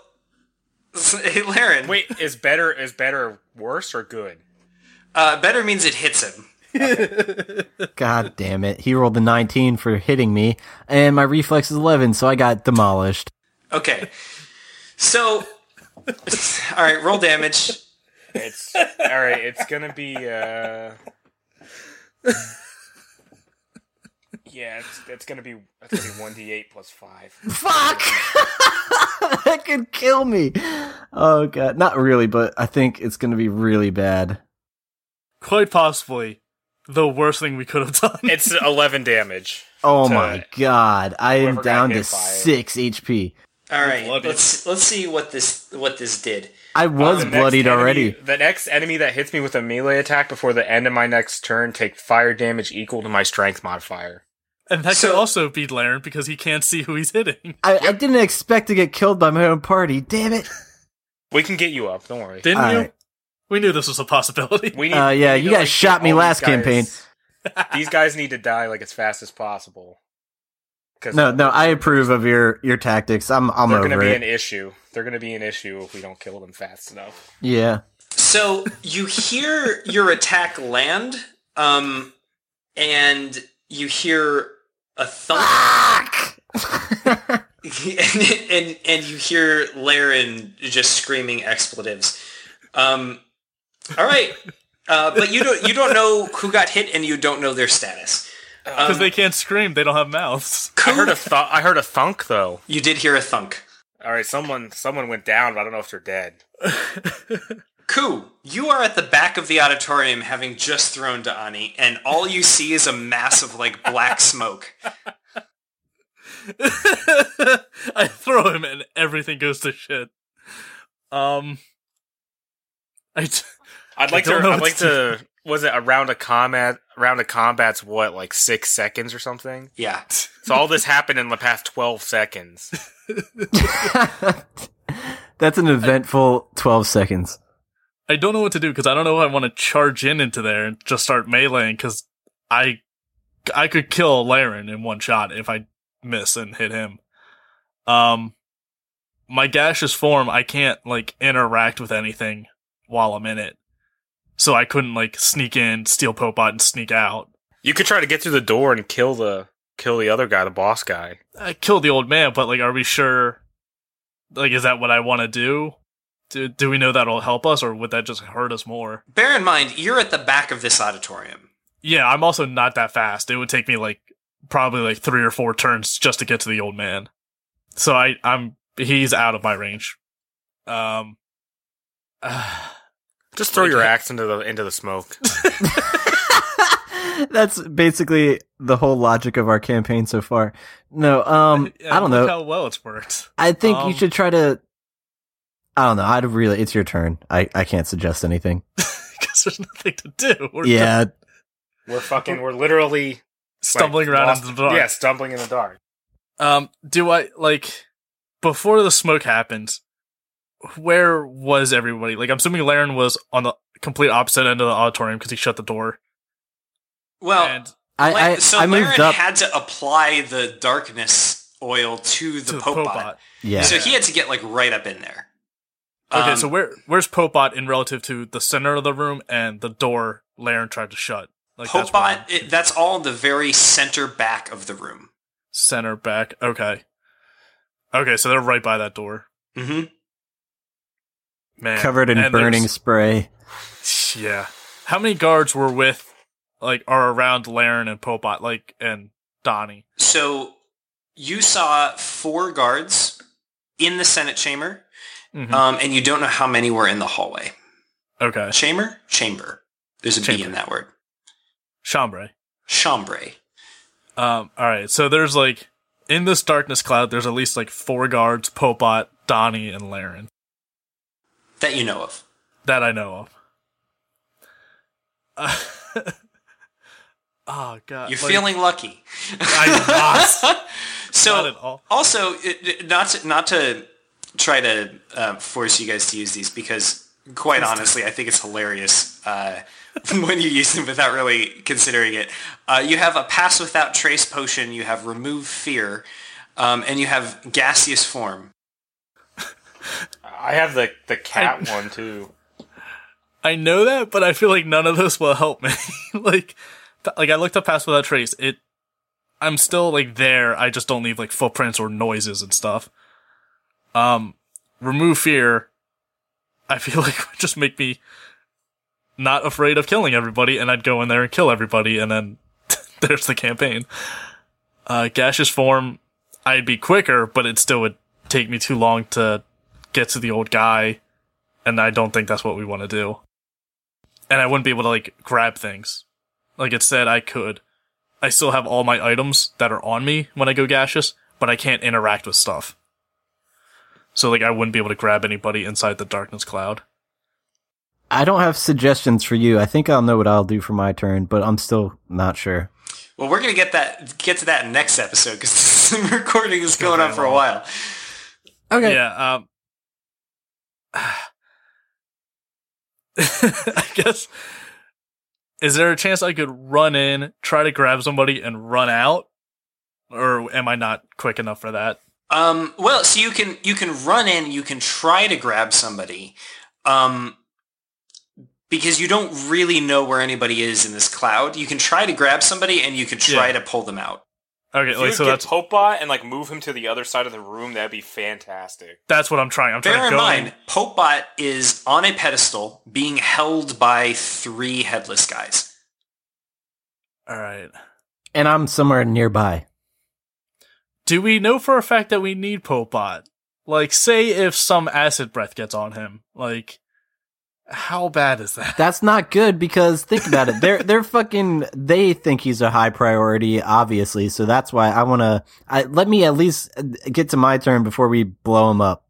Speaker 1: [LAUGHS] Hey, Laren.
Speaker 5: Wait, is better is better worse or good?
Speaker 1: Uh, better means it hits him.
Speaker 4: God damn it. He rolled the 19 for hitting me, and my reflex is 11, so I got demolished.
Speaker 1: Okay. So, all right, roll damage.
Speaker 5: It's all right. It's gonna be. uh Yeah, it's, it's gonna be that's gonna be one d eight plus five.
Speaker 4: Fuck! [LAUGHS] that could kill me. Oh, God. Not really, but I think it's going to be really bad.
Speaker 2: Quite possibly the worst thing we could have done.
Speaker 5: It's eleven damage.
Speaker 4: Oh,
Speaker 5: To
Speaker 4: my God. I am
Speaker 5: whoever got
Speaker 4: down
Speaker 5: hit
Speaker 4: to
Speaker 5: by it.
Speaker 4: 6 HP.
Speaker 1: All right,
Speaker 2: bloodied.
Speaker 1: let's let's see what this what this did.
Speaker 4: I was
Speaker 5: Uh, The next
Speaker 4: bloodied
Speaker 5: enemy-
Speaker 4: already.
Speaker 5: The next enemy that hits me with a melee attack before the end of my next turn take fire damage equal to my strength modifier.
Speaker 2: [LAUGHS] and that
Speaker 1: so-
Speaker 2: could also be Laren because he can't see who he's hitting.
Speaker 4: I, I didn't expect to get killed by my own party. Damn
Speaker 5: [LAUGHS]
Speaker 4: it.
Speaker 5: We can get you up. Don't worry.
Speaker 2: Didn't you?
Speaker 4: Alright.
Speaker 2: We knew this was a possibility.
Speaker 5: We
Speaker 4: Uh, yeah,
Speaker 5: we
Speaker 4: you
Speaker 5: to,
Speaker 4: guys shot
Speaker 5: get
Speaker 4: me
Speaker 5: all these
Speaker 4: last campaign.
Speaker 5: these guys need to die like as fast as possible. 'Cause
Speaker 4: No, no, I approve of your your tactics. I'm I'm
Speaker 5: They're
Speaker 4: over
Speaker 5: going to be
Speaker 4: it.
Speaker 5: an issue. They're going to be an issue if we don't kill them fast enough.
Speaker 4: yeah.
Speaker 1: So you hear your attack land, um, and you hear a thump, [LAUGHS]
Speaker 3: Fuck!
Speaker 1: and, and and you hear Laren just screaming expletives. Um, all right, uh, but you don't you don't know who got hit, and you don't know their status.
Speaker 2: because
Speaker 1: Um,
Speaker 2: they can't scream. They don't have mouths. [LAUGHS]
Speaker 5: I
Speaker 4: [LAUGHS]
Speaker 5: heard a th- I heard a thunk though.
Speaker 1: You did hear a thunk.
Speaker 5: All right, someone someone went down, but I don't know if they're dead.
Speaker 1: Ku, you are at the back of the auditorium having just thrown to Ani, and all you see is a mass of like black smoke.
Speaker 2: I throw him and everything goes to shit. Um, I t-
Speaker 5: I'd like to.
Speaker 2: don't know
Speaker 5: I'd
Speaker 2: what
Speaker 5: like
Speaker 2: to
Speaker 5: to. Was it around a combat? Around a combat's what, like six seconds or something?
Speaker 1: Yeah.
Speaker 5: So all this happened in the past twelve seconds.
Speaker 4: [LAUGHS] That's an eventful 12 seconds.
Speaker 2: I don't know what to do because I don't know if I want to charge in into there and just start meleeing because I I could kill Laren in one shot if I miss and hit him. Um, my gaseous form, I can't like interact with anything while I'm in it, so I couldn't like sneak in, steal Popot, and sneak out.
Speaker 5: You could try to get through the door and kill the kill the other guy, the boss guy.
Speaker 2: I killed the old man, but like, are we sure? Like, is that what I want to do? Do do we know that'll help us, or would that just hurt us more?
Speaker 1: Bear in mind, you're at the back of this auditorium.
Speaker 2: Yeah, I'm also not that fast. It would take me like probably like three or four turns just to get to the old man. So I, I'm he's out of my range. Um, [SIGHS]
Speaker 5: Just throw your axe into the into the smoke.
Speaker 4: [LAUGHS] That's basically the whole logic of our campaign so far. No, um, I don't
Speaker 2: look
Speaker 4: know.
Speaker 2: how well it's worked. [LAUGHS]
Speaker 4: I think
Speaker 2: um,
Speaker 4: you should try to. I don't know. I'd really. It's your turn. I, I can't suggest anything.
Speaker 2: Because there's nothing to do. [LAUGHS] We're
Speaker 4: yeah.
Speaker 5: [LAUGHS] We're fucking. We're literally
Speaker 2: just stumbling
Speaker 5: like,
Speaker 2: around
Speaker 5: lost-
Speaker 2: in the dark.
Speaker 5: Yeah, stumbling in the dark.
Speaker 2: Um, do I like before the smoke happened? Where was everybody? Like, I'm assuming Laren was on the complete opposite end of the auditorium because he shut the door.
Speaker 1: Well,
Speaker 2: and
Speaker 4: I, I,
Speaker 1: Lar- so
Speaker 4: I moved
Speaker 1: Laren
Speaker 4: up.
Speaker 1: had to apply the darkness oil to the
Speaker 2: to the
Speaker 1: Popot.
Speaker 2: Popot.
Speaker 4: yeah.
Speaker 1: So he had to get like right up in there.
Speaker 2: Okay,
Speaker 1: Um,
Speaker 2: so where where's Popot in relative to the center of the room and the door Laren tried to shut? Like that's where
Speaker 1: Popot,
Speaker 2: I'm-
Speaker 1: it, that's all the very center back of the room.
Speaker 2: center back. Okay, okay, so they're right by that door.
Speaker 1: hmm
Speaker 2: Man,
Speaker 4: covered in
Speaker 2: And
Speaker 4: burning spray.
Speaker 2: there's- Yeah, how many guards were with like are around Laren and Popot like and Donnie?
Speaker 1: So you saw four guards in the Senate chamber,
Speaker 2: Mhm.
Speaker 1: um, and you don't know how many were in the hallway.
Speaker 2: okay,
Speaker 1: Chamber? Chamber. There's a B
Speaker 2: Chamber.
Speaker 1: in that word.
Speaker 2: Chambre.
Speaker 1: Chambre.
Speaker 2: Um, all right, so there's like in this darkness cloud, there's at least like four guards: Popot, Donnie, and Laren
Speaker 1: That you know of.
Speaker 2: that I know of. [LAUGHS] Uh, oh god,
Speaker 1: You're
Speaker 2: like-
Speaker 1: feeling lucky.
Speaker 2: I'm not.
Speaker 1: [LAUGHS] So
Speaker 2: Not at all.
Speaker 1: also it, it- not to, not to try to uh, force you guys to use these because quite honestly I think it's hilarious uh, [LAUGHS] when you use them without really considering it. Uh, you have a pass without trace potion. You have remove fear, um, and you have gaseous form.
Speaker 5: I have the the cat one
Speaker 2: [LAUGHS]
Speaker 5: too.
Speaker 2: I know that, but I feel like none of this will help me. [LAUGHS] like, th- like I looked up Pass Without Trace. It, I'm still like there. I just don't leave like footprints or noises and stuff. Um, remove fear. I [LAUGHS] feel like would just make me not afraid of killing everybody, and I'd go in there and kill everybody, and then [LAUGHS] there's the campaign. Uh, gaseous form. I'd be quicker, but it still would take me too long to get to the old guy, and I don't think that's what we want to do and I wouldn't be able to like grab things. Like it said, I could. I still have all my items that are on me when I go gaseous, but I can't interact with stuff. So like I wouldn't be able to grab anybody inside the darkness cloud.
Speaker 4: I don't have suggestions for you. I think I'll know what I'll do for my turn, but I'm still not sure.
Speaker 1: Well, we're gonna get that get to that next episode because [LAUGHS] this recording is going on for a while.
Speaker 4: Okay.
Speaker 2: Yeah. Um. [SIGHS] I guess. Is there a chance I could run in, try to grab somebody, and run out, or am I not quick enough for that?
Speaker 1: Um, well, so you can you can run in, you can try to grab somebody, um, because you don't really know where anybody is in this cloud. You can try to grab somebody and you can try
Speaker 2: Yeah.
Speaker 1: to pull them out.
Speaker 2: Okay,
Speaker 5: If
Speaker 2: like
Speaker 5: you
Speaker 2: so
Speaker 5: could
Speaker 2: that's
Speaker 5: get Popebot and like move him to the other side of the room, that'd be fantastic.
Speaker 2: that's what I'm trying. I'm trying
Speaker 1: Bear
Speaker 2: to
Speaker 1: in
Speaker 2: go.
Speaker 1: mind, Popebot is on a pedestal being held by three headless guys.
Speaker 2: All right.
Speaker 4: and I'm somewhere nearby.
Speaker 2: Do we know for a fact that we need Popebot? Like, say if some acid breath gets on him, like, how bad is that? [LAUGHS]
Speaker 4: That's not good because think about it. They're they're fucking. They think he's a high priority, obviously. So that's why I want to. I let me at least uh, get to my turn before we blow him up.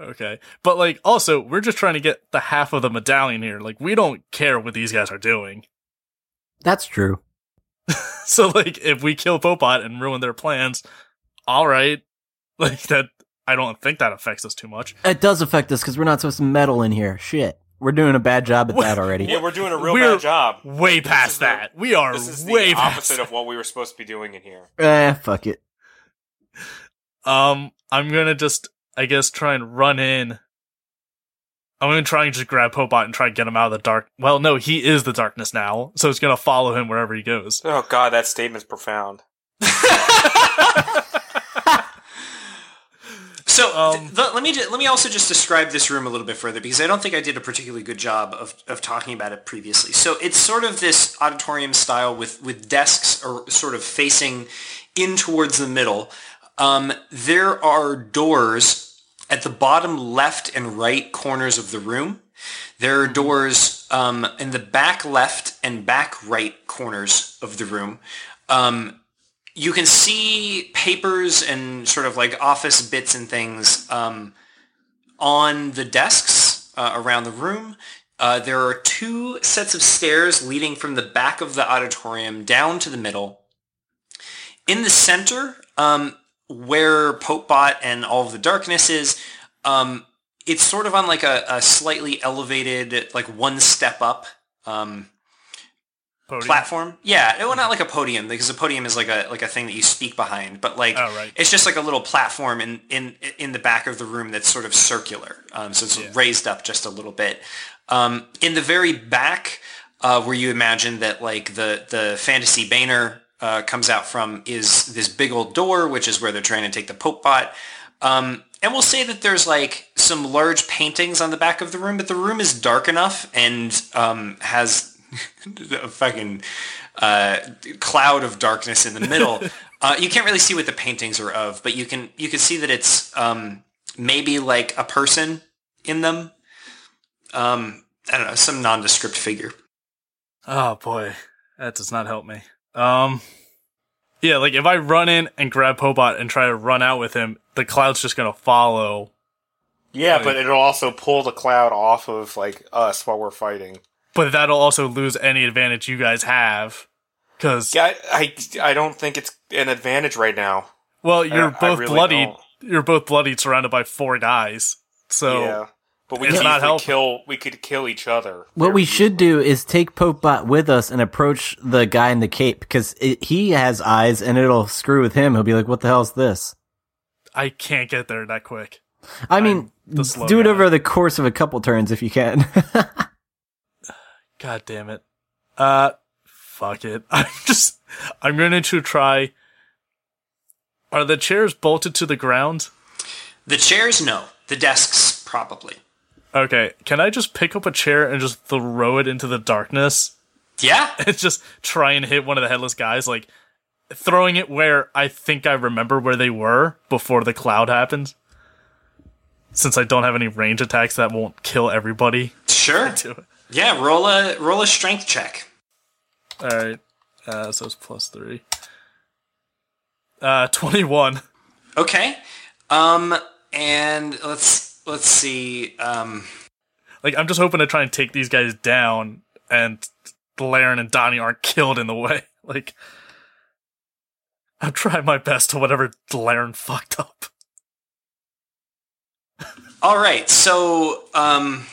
Speaker 2: Okay. But, like, also, we're just trying to get the half of the medallion here. Like, we don't care what these guys are doing. [LAUGHS]
Speaker 4: That's true.
Speaker 2: So, like, if we kill Popebot and ruin their plans, all right. Like, that, I don't think that affects us too much.
Speaker 4: It does affect us because we're not supposed to meddle in here. Shit, we're doing a bad job at that already.
Speaker 2: [LAUGHS]
Speaker 5: Yeah, we're doing a real
Speaker 2: We're
Speaker 5: bad job.
Speaker 2: Way
Speaker 5: is
Speaker 2: past
Speaker 5: the-
Speaker 2: that. we are
Speaker 5: This is the
Speaker 2: way past
Speaker 5: opposite of what we were supposed to be doing in here.
Speaker 4: Eh, fuck it.
Speaker 2: Um, I'm gonna just, I guess, try and run in. I'm gonna try and just grab Popot and try and get him out of the dark. Well, no, he is the darkness now, so it's gonna follow him wherever he goes.
Speaker 5: Oh god, that statement's profound.
Speaker 1: So th-
Speaker 2: Um,
Speaker 1: th- let me ju- let me also just describe this room a little bit further because I don't think I did a particularly good job of, of talking about it previously. So it's sort of this auditorium style with with desks or sort of facing in towards the middle. Um, there are doors at the bottom left and right corners of the room. There are doors um, in the back left and back right corners of the room. Um, you can see papers and sort of like office bits and things um, on the desks uh, around the room. Uh, there are two sets of stairs leading from the back of the auditorium down to the middle. In the center, um, where Popebot and all of the darkness is, um, it's sort of on like a, a slightly elevated, like one step up. Um,
Speaker 2: Podium.
Speaker 1: platform. Yeah, well, not like a podium because a podium is like a like a thing that you speak behind, but like
Speaker 2: Oh, right.
Speaker 1: it's just like a little platform in in in the back of the room that's sort of circular, um, so it's
Speaker 2: Yeah.
Speaker 1: raised up just a little bit. Um, in the very back, uh, where you imagine that like the the fantasy banner uh, comes out from, is this big old door, which is where they're trying to take the Pope bot. Um, and we'll say that there's like some large paintings on the back of the room, but the room is dark enough and um, has [LAUGHS] a fucking uh, cloud of darkness in the middle. uh, you can't really see what the paintings are of, but you can you can see that it's um, maybe like a person in them. Um, I don't know, some nondescript figure.
Speaker 2: Oh boy, that does not help me. Um, yeah, like if I run in and grab Popot and try to run out with him, the cloud's just gonna follow.
Speaker 5: Yeah,
Speaker 2: but
Speaker 5: but it'll also pull the cloud off of like us while we're fighting.
Speaker 2: But that'll also lose any advantage you guys have, because
Speaker 5: Yeah, I, I I don't think it's an advantage right now.
Speaker 2: well, you're
Speaker 5: I
Speaker 2: both
Speaker 5: really
Speaker 2: bloodied.
Speaker 5: don't.
Speaker 2: You're both bloodied, surrounded by four guys. So.
Speaker 5: yeah, but we
Speaker 2: It's
Speaker 5: could
Speaker 2: not
Speaker 5: easily
Speaker 2: helpful.
Speaker 5: kill. We could kill each other.
Speaker 4: What we should do is take Popebot with us and approach the guy in the cape because it, he has eyes and it'll screw with him. He'll be like, "What the hell's this?"
Speaker 2: I can't get there that quick.
Speaker 4: I mean,
Speaker 2: the slow
Speaker 4: do it
Speaker 2: guy.
Speaker 4: over the course of a couple turns if you can. [LAUGHS]
Speaker 2: God damn it. Uh, fuck it. [LAUGHS] I'm just, I'm going to try. Are the chairs bolted to the ground?
Speaker 1: The chairs, no. The desks, probably.
Speaker 2: Okay. Can I just pick up a chair and just throw it into the darkness [LAUGHS]
Speaker 1: Yeah,
Speaker 2: and just try and hit one of the headless guys? Like, throwing it where I think I remember where they were before the cloud happened. Since I don't have any range attacks that won't kill everybody. [LAUGHS]
Speaker 1: sure. Yeah, roll a roll a strength check.
Speaker 2: All right. Uh, so it's plus three. Uh, 21.
Speaker 1: Okay. Um, and let's let's see. Um,
Speaker 2: Like, I'm just hoping to try and take these guys down, and Laren and Donnie aren't killed in the way. [LAUGHS] Like, I'm trying my best to whatever Laren fucked up.
Speaker 1: all right. So, um,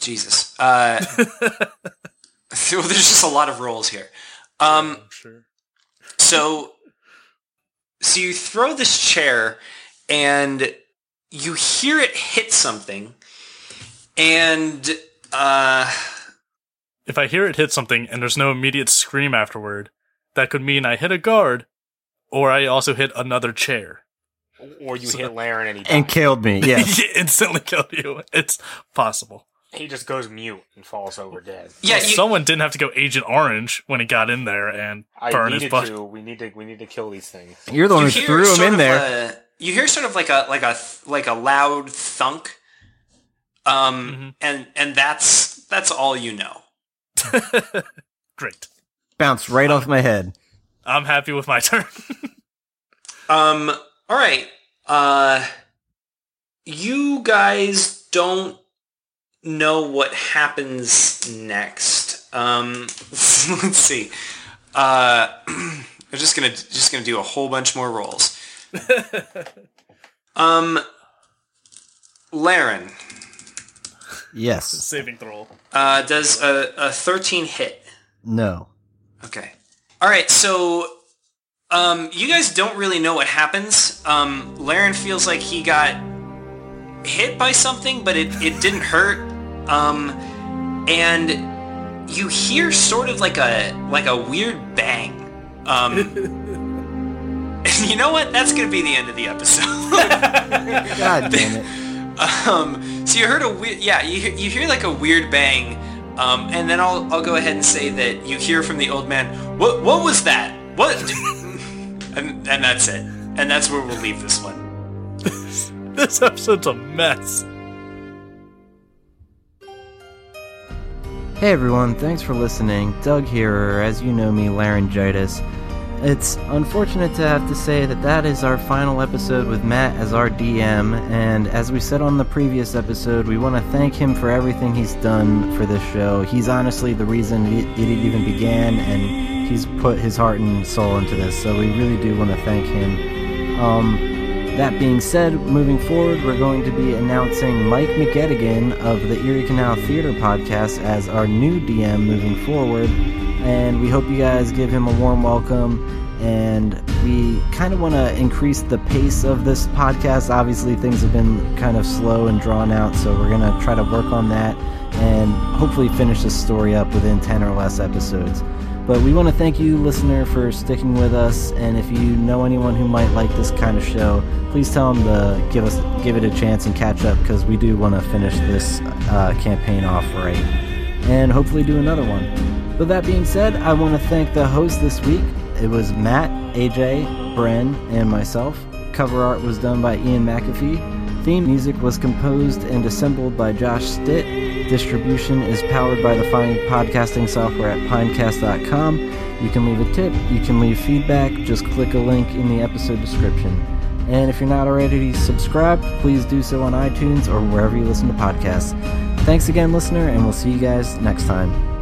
Speaker 1: Jesus. Uh, [LAUGHS] well, there's just a lot of rolls here. Um,
Speaker 2: sure.
Speaker 1: So, so you throw this chair, and you hear it hit something, And uh,
Speaker 2: If I hear it hit something and there's no immediate scream afterward, that could mean I hit a guard or I also hit another chair.
Speaker 5: Or you hit Laren and he
Speaker 4: and
Speaker 5: dies.
Speaker 4: killed me.
Speaker 2: [LAUGHS]
Speaker 4: [LAUGHS] Yes.
Speaker 2: It instantly killed you. It's possible.
Speaker 5: he just goes mute and falls over dead.
Speaker 1: yeah,
Speaker 2: Well,
Speaker 1: you-
Speaker 2: someone didn't have to go Agent Orange when he got in there and
Speaker 5: I
Speaker 2: burn his
Speaker 5: needed
Speaker 2: butt.
Speaker 5: to. We need to. We need to kill these things.
Speaker 4: You're the one who
Speaker 1: hear
Speaker 4: threw him
Speaker 1: sort
Speaker 4: in
Speaker 1: of
Speaker 4: there.
Speaker 1: a- you hear sort of like a like a th- like a loud thunk, um,
Speaker 4: Mm-hmm.
Speaker 1: and and that's that's all you know.
Speaker 2: Great.
Speaker 4: Bounced right off my head.
Speaker 2: I'm happy with my [LAUGHS] turn.
Speaker 1: Um, all right, uh, you guys don't know what happens next. Um, [LAUGHS] let's see. Uh, [CLEARS THROAT] I'm just gonna just gonna do a whole bunch more
Speaker 4: [LAUGHS]
Speaker 1: rolls. um, Laren.
Speaker 4: Yes.
Speaker 2: Saving throw.
Speaker 1: Uh, does a, a 13 hit.
Speaker 4: No.
Speaker 1: Okay. All right, so um, you guys don't really know what happens. Um, Laren feels like he got hit by something, but it, it didn't hurt. Um, and you hear sort of like a like a weird bang. Um, [LAUGHS] and you know what? That's gonna be the end of the episode. [LAUGHS]
Speaker 4: God damn it.
Speaker 1: Um, so you heard a weird, yeah, you, hear- you hear like a weird bang, um, and then I'll, I'll go ahead and say that you hear from the old man, what, what was that? What? [LAUGHS] and, and that's it. And that's where we'll leave this one.
Speaker 2: This episode's a mess.
Speaker 4: [LAUGHS] Hey everyone, thanks for listening. Doug here, or as you know me, laryngitis. It's unfortunate to have to say that that is our final episode with Matt as our DM, and as we said on the previous episode, we want to thank him for everything he's done for this show. He's honestly the reason it it even began, and he's put his heart and soul into this, so we really do want to thank him. Um, that being said, moving forward, we're going to be announcing Mike McGettigan of the Erie Canal Theater podcast as our new DM moving forward. And we hope you guys give him a warm welcome. And we kind of want to increase the pace of this podcast. Obviously, things have been kind of slow and drawn out, so we're going to try to work on that and hopefully finish this story up within 10 or less episodes. But we want to thank you, listener, for sticking with us. And if you know anyone who might like this kind of show, please tell them to give us give it a chance and catch up because we do want to finish this uh, campaign off right, and hopefully do another one. With that being said, I want to thank the host this week. It was Matt, AJ, Bren, and myself. Cover art was done by Ian McAfee. Theme music was composed and assembled by Josh Stitt. Distribution is powered by the fine podcasting software at pinecast.com. You can leave a tip, you can leave feedback, just click a link in the episode description. And if you're not already subscribed, please do so on iTunes or wherever you listen to podcasts. Thanks again, listener, and we'll see you guys next time.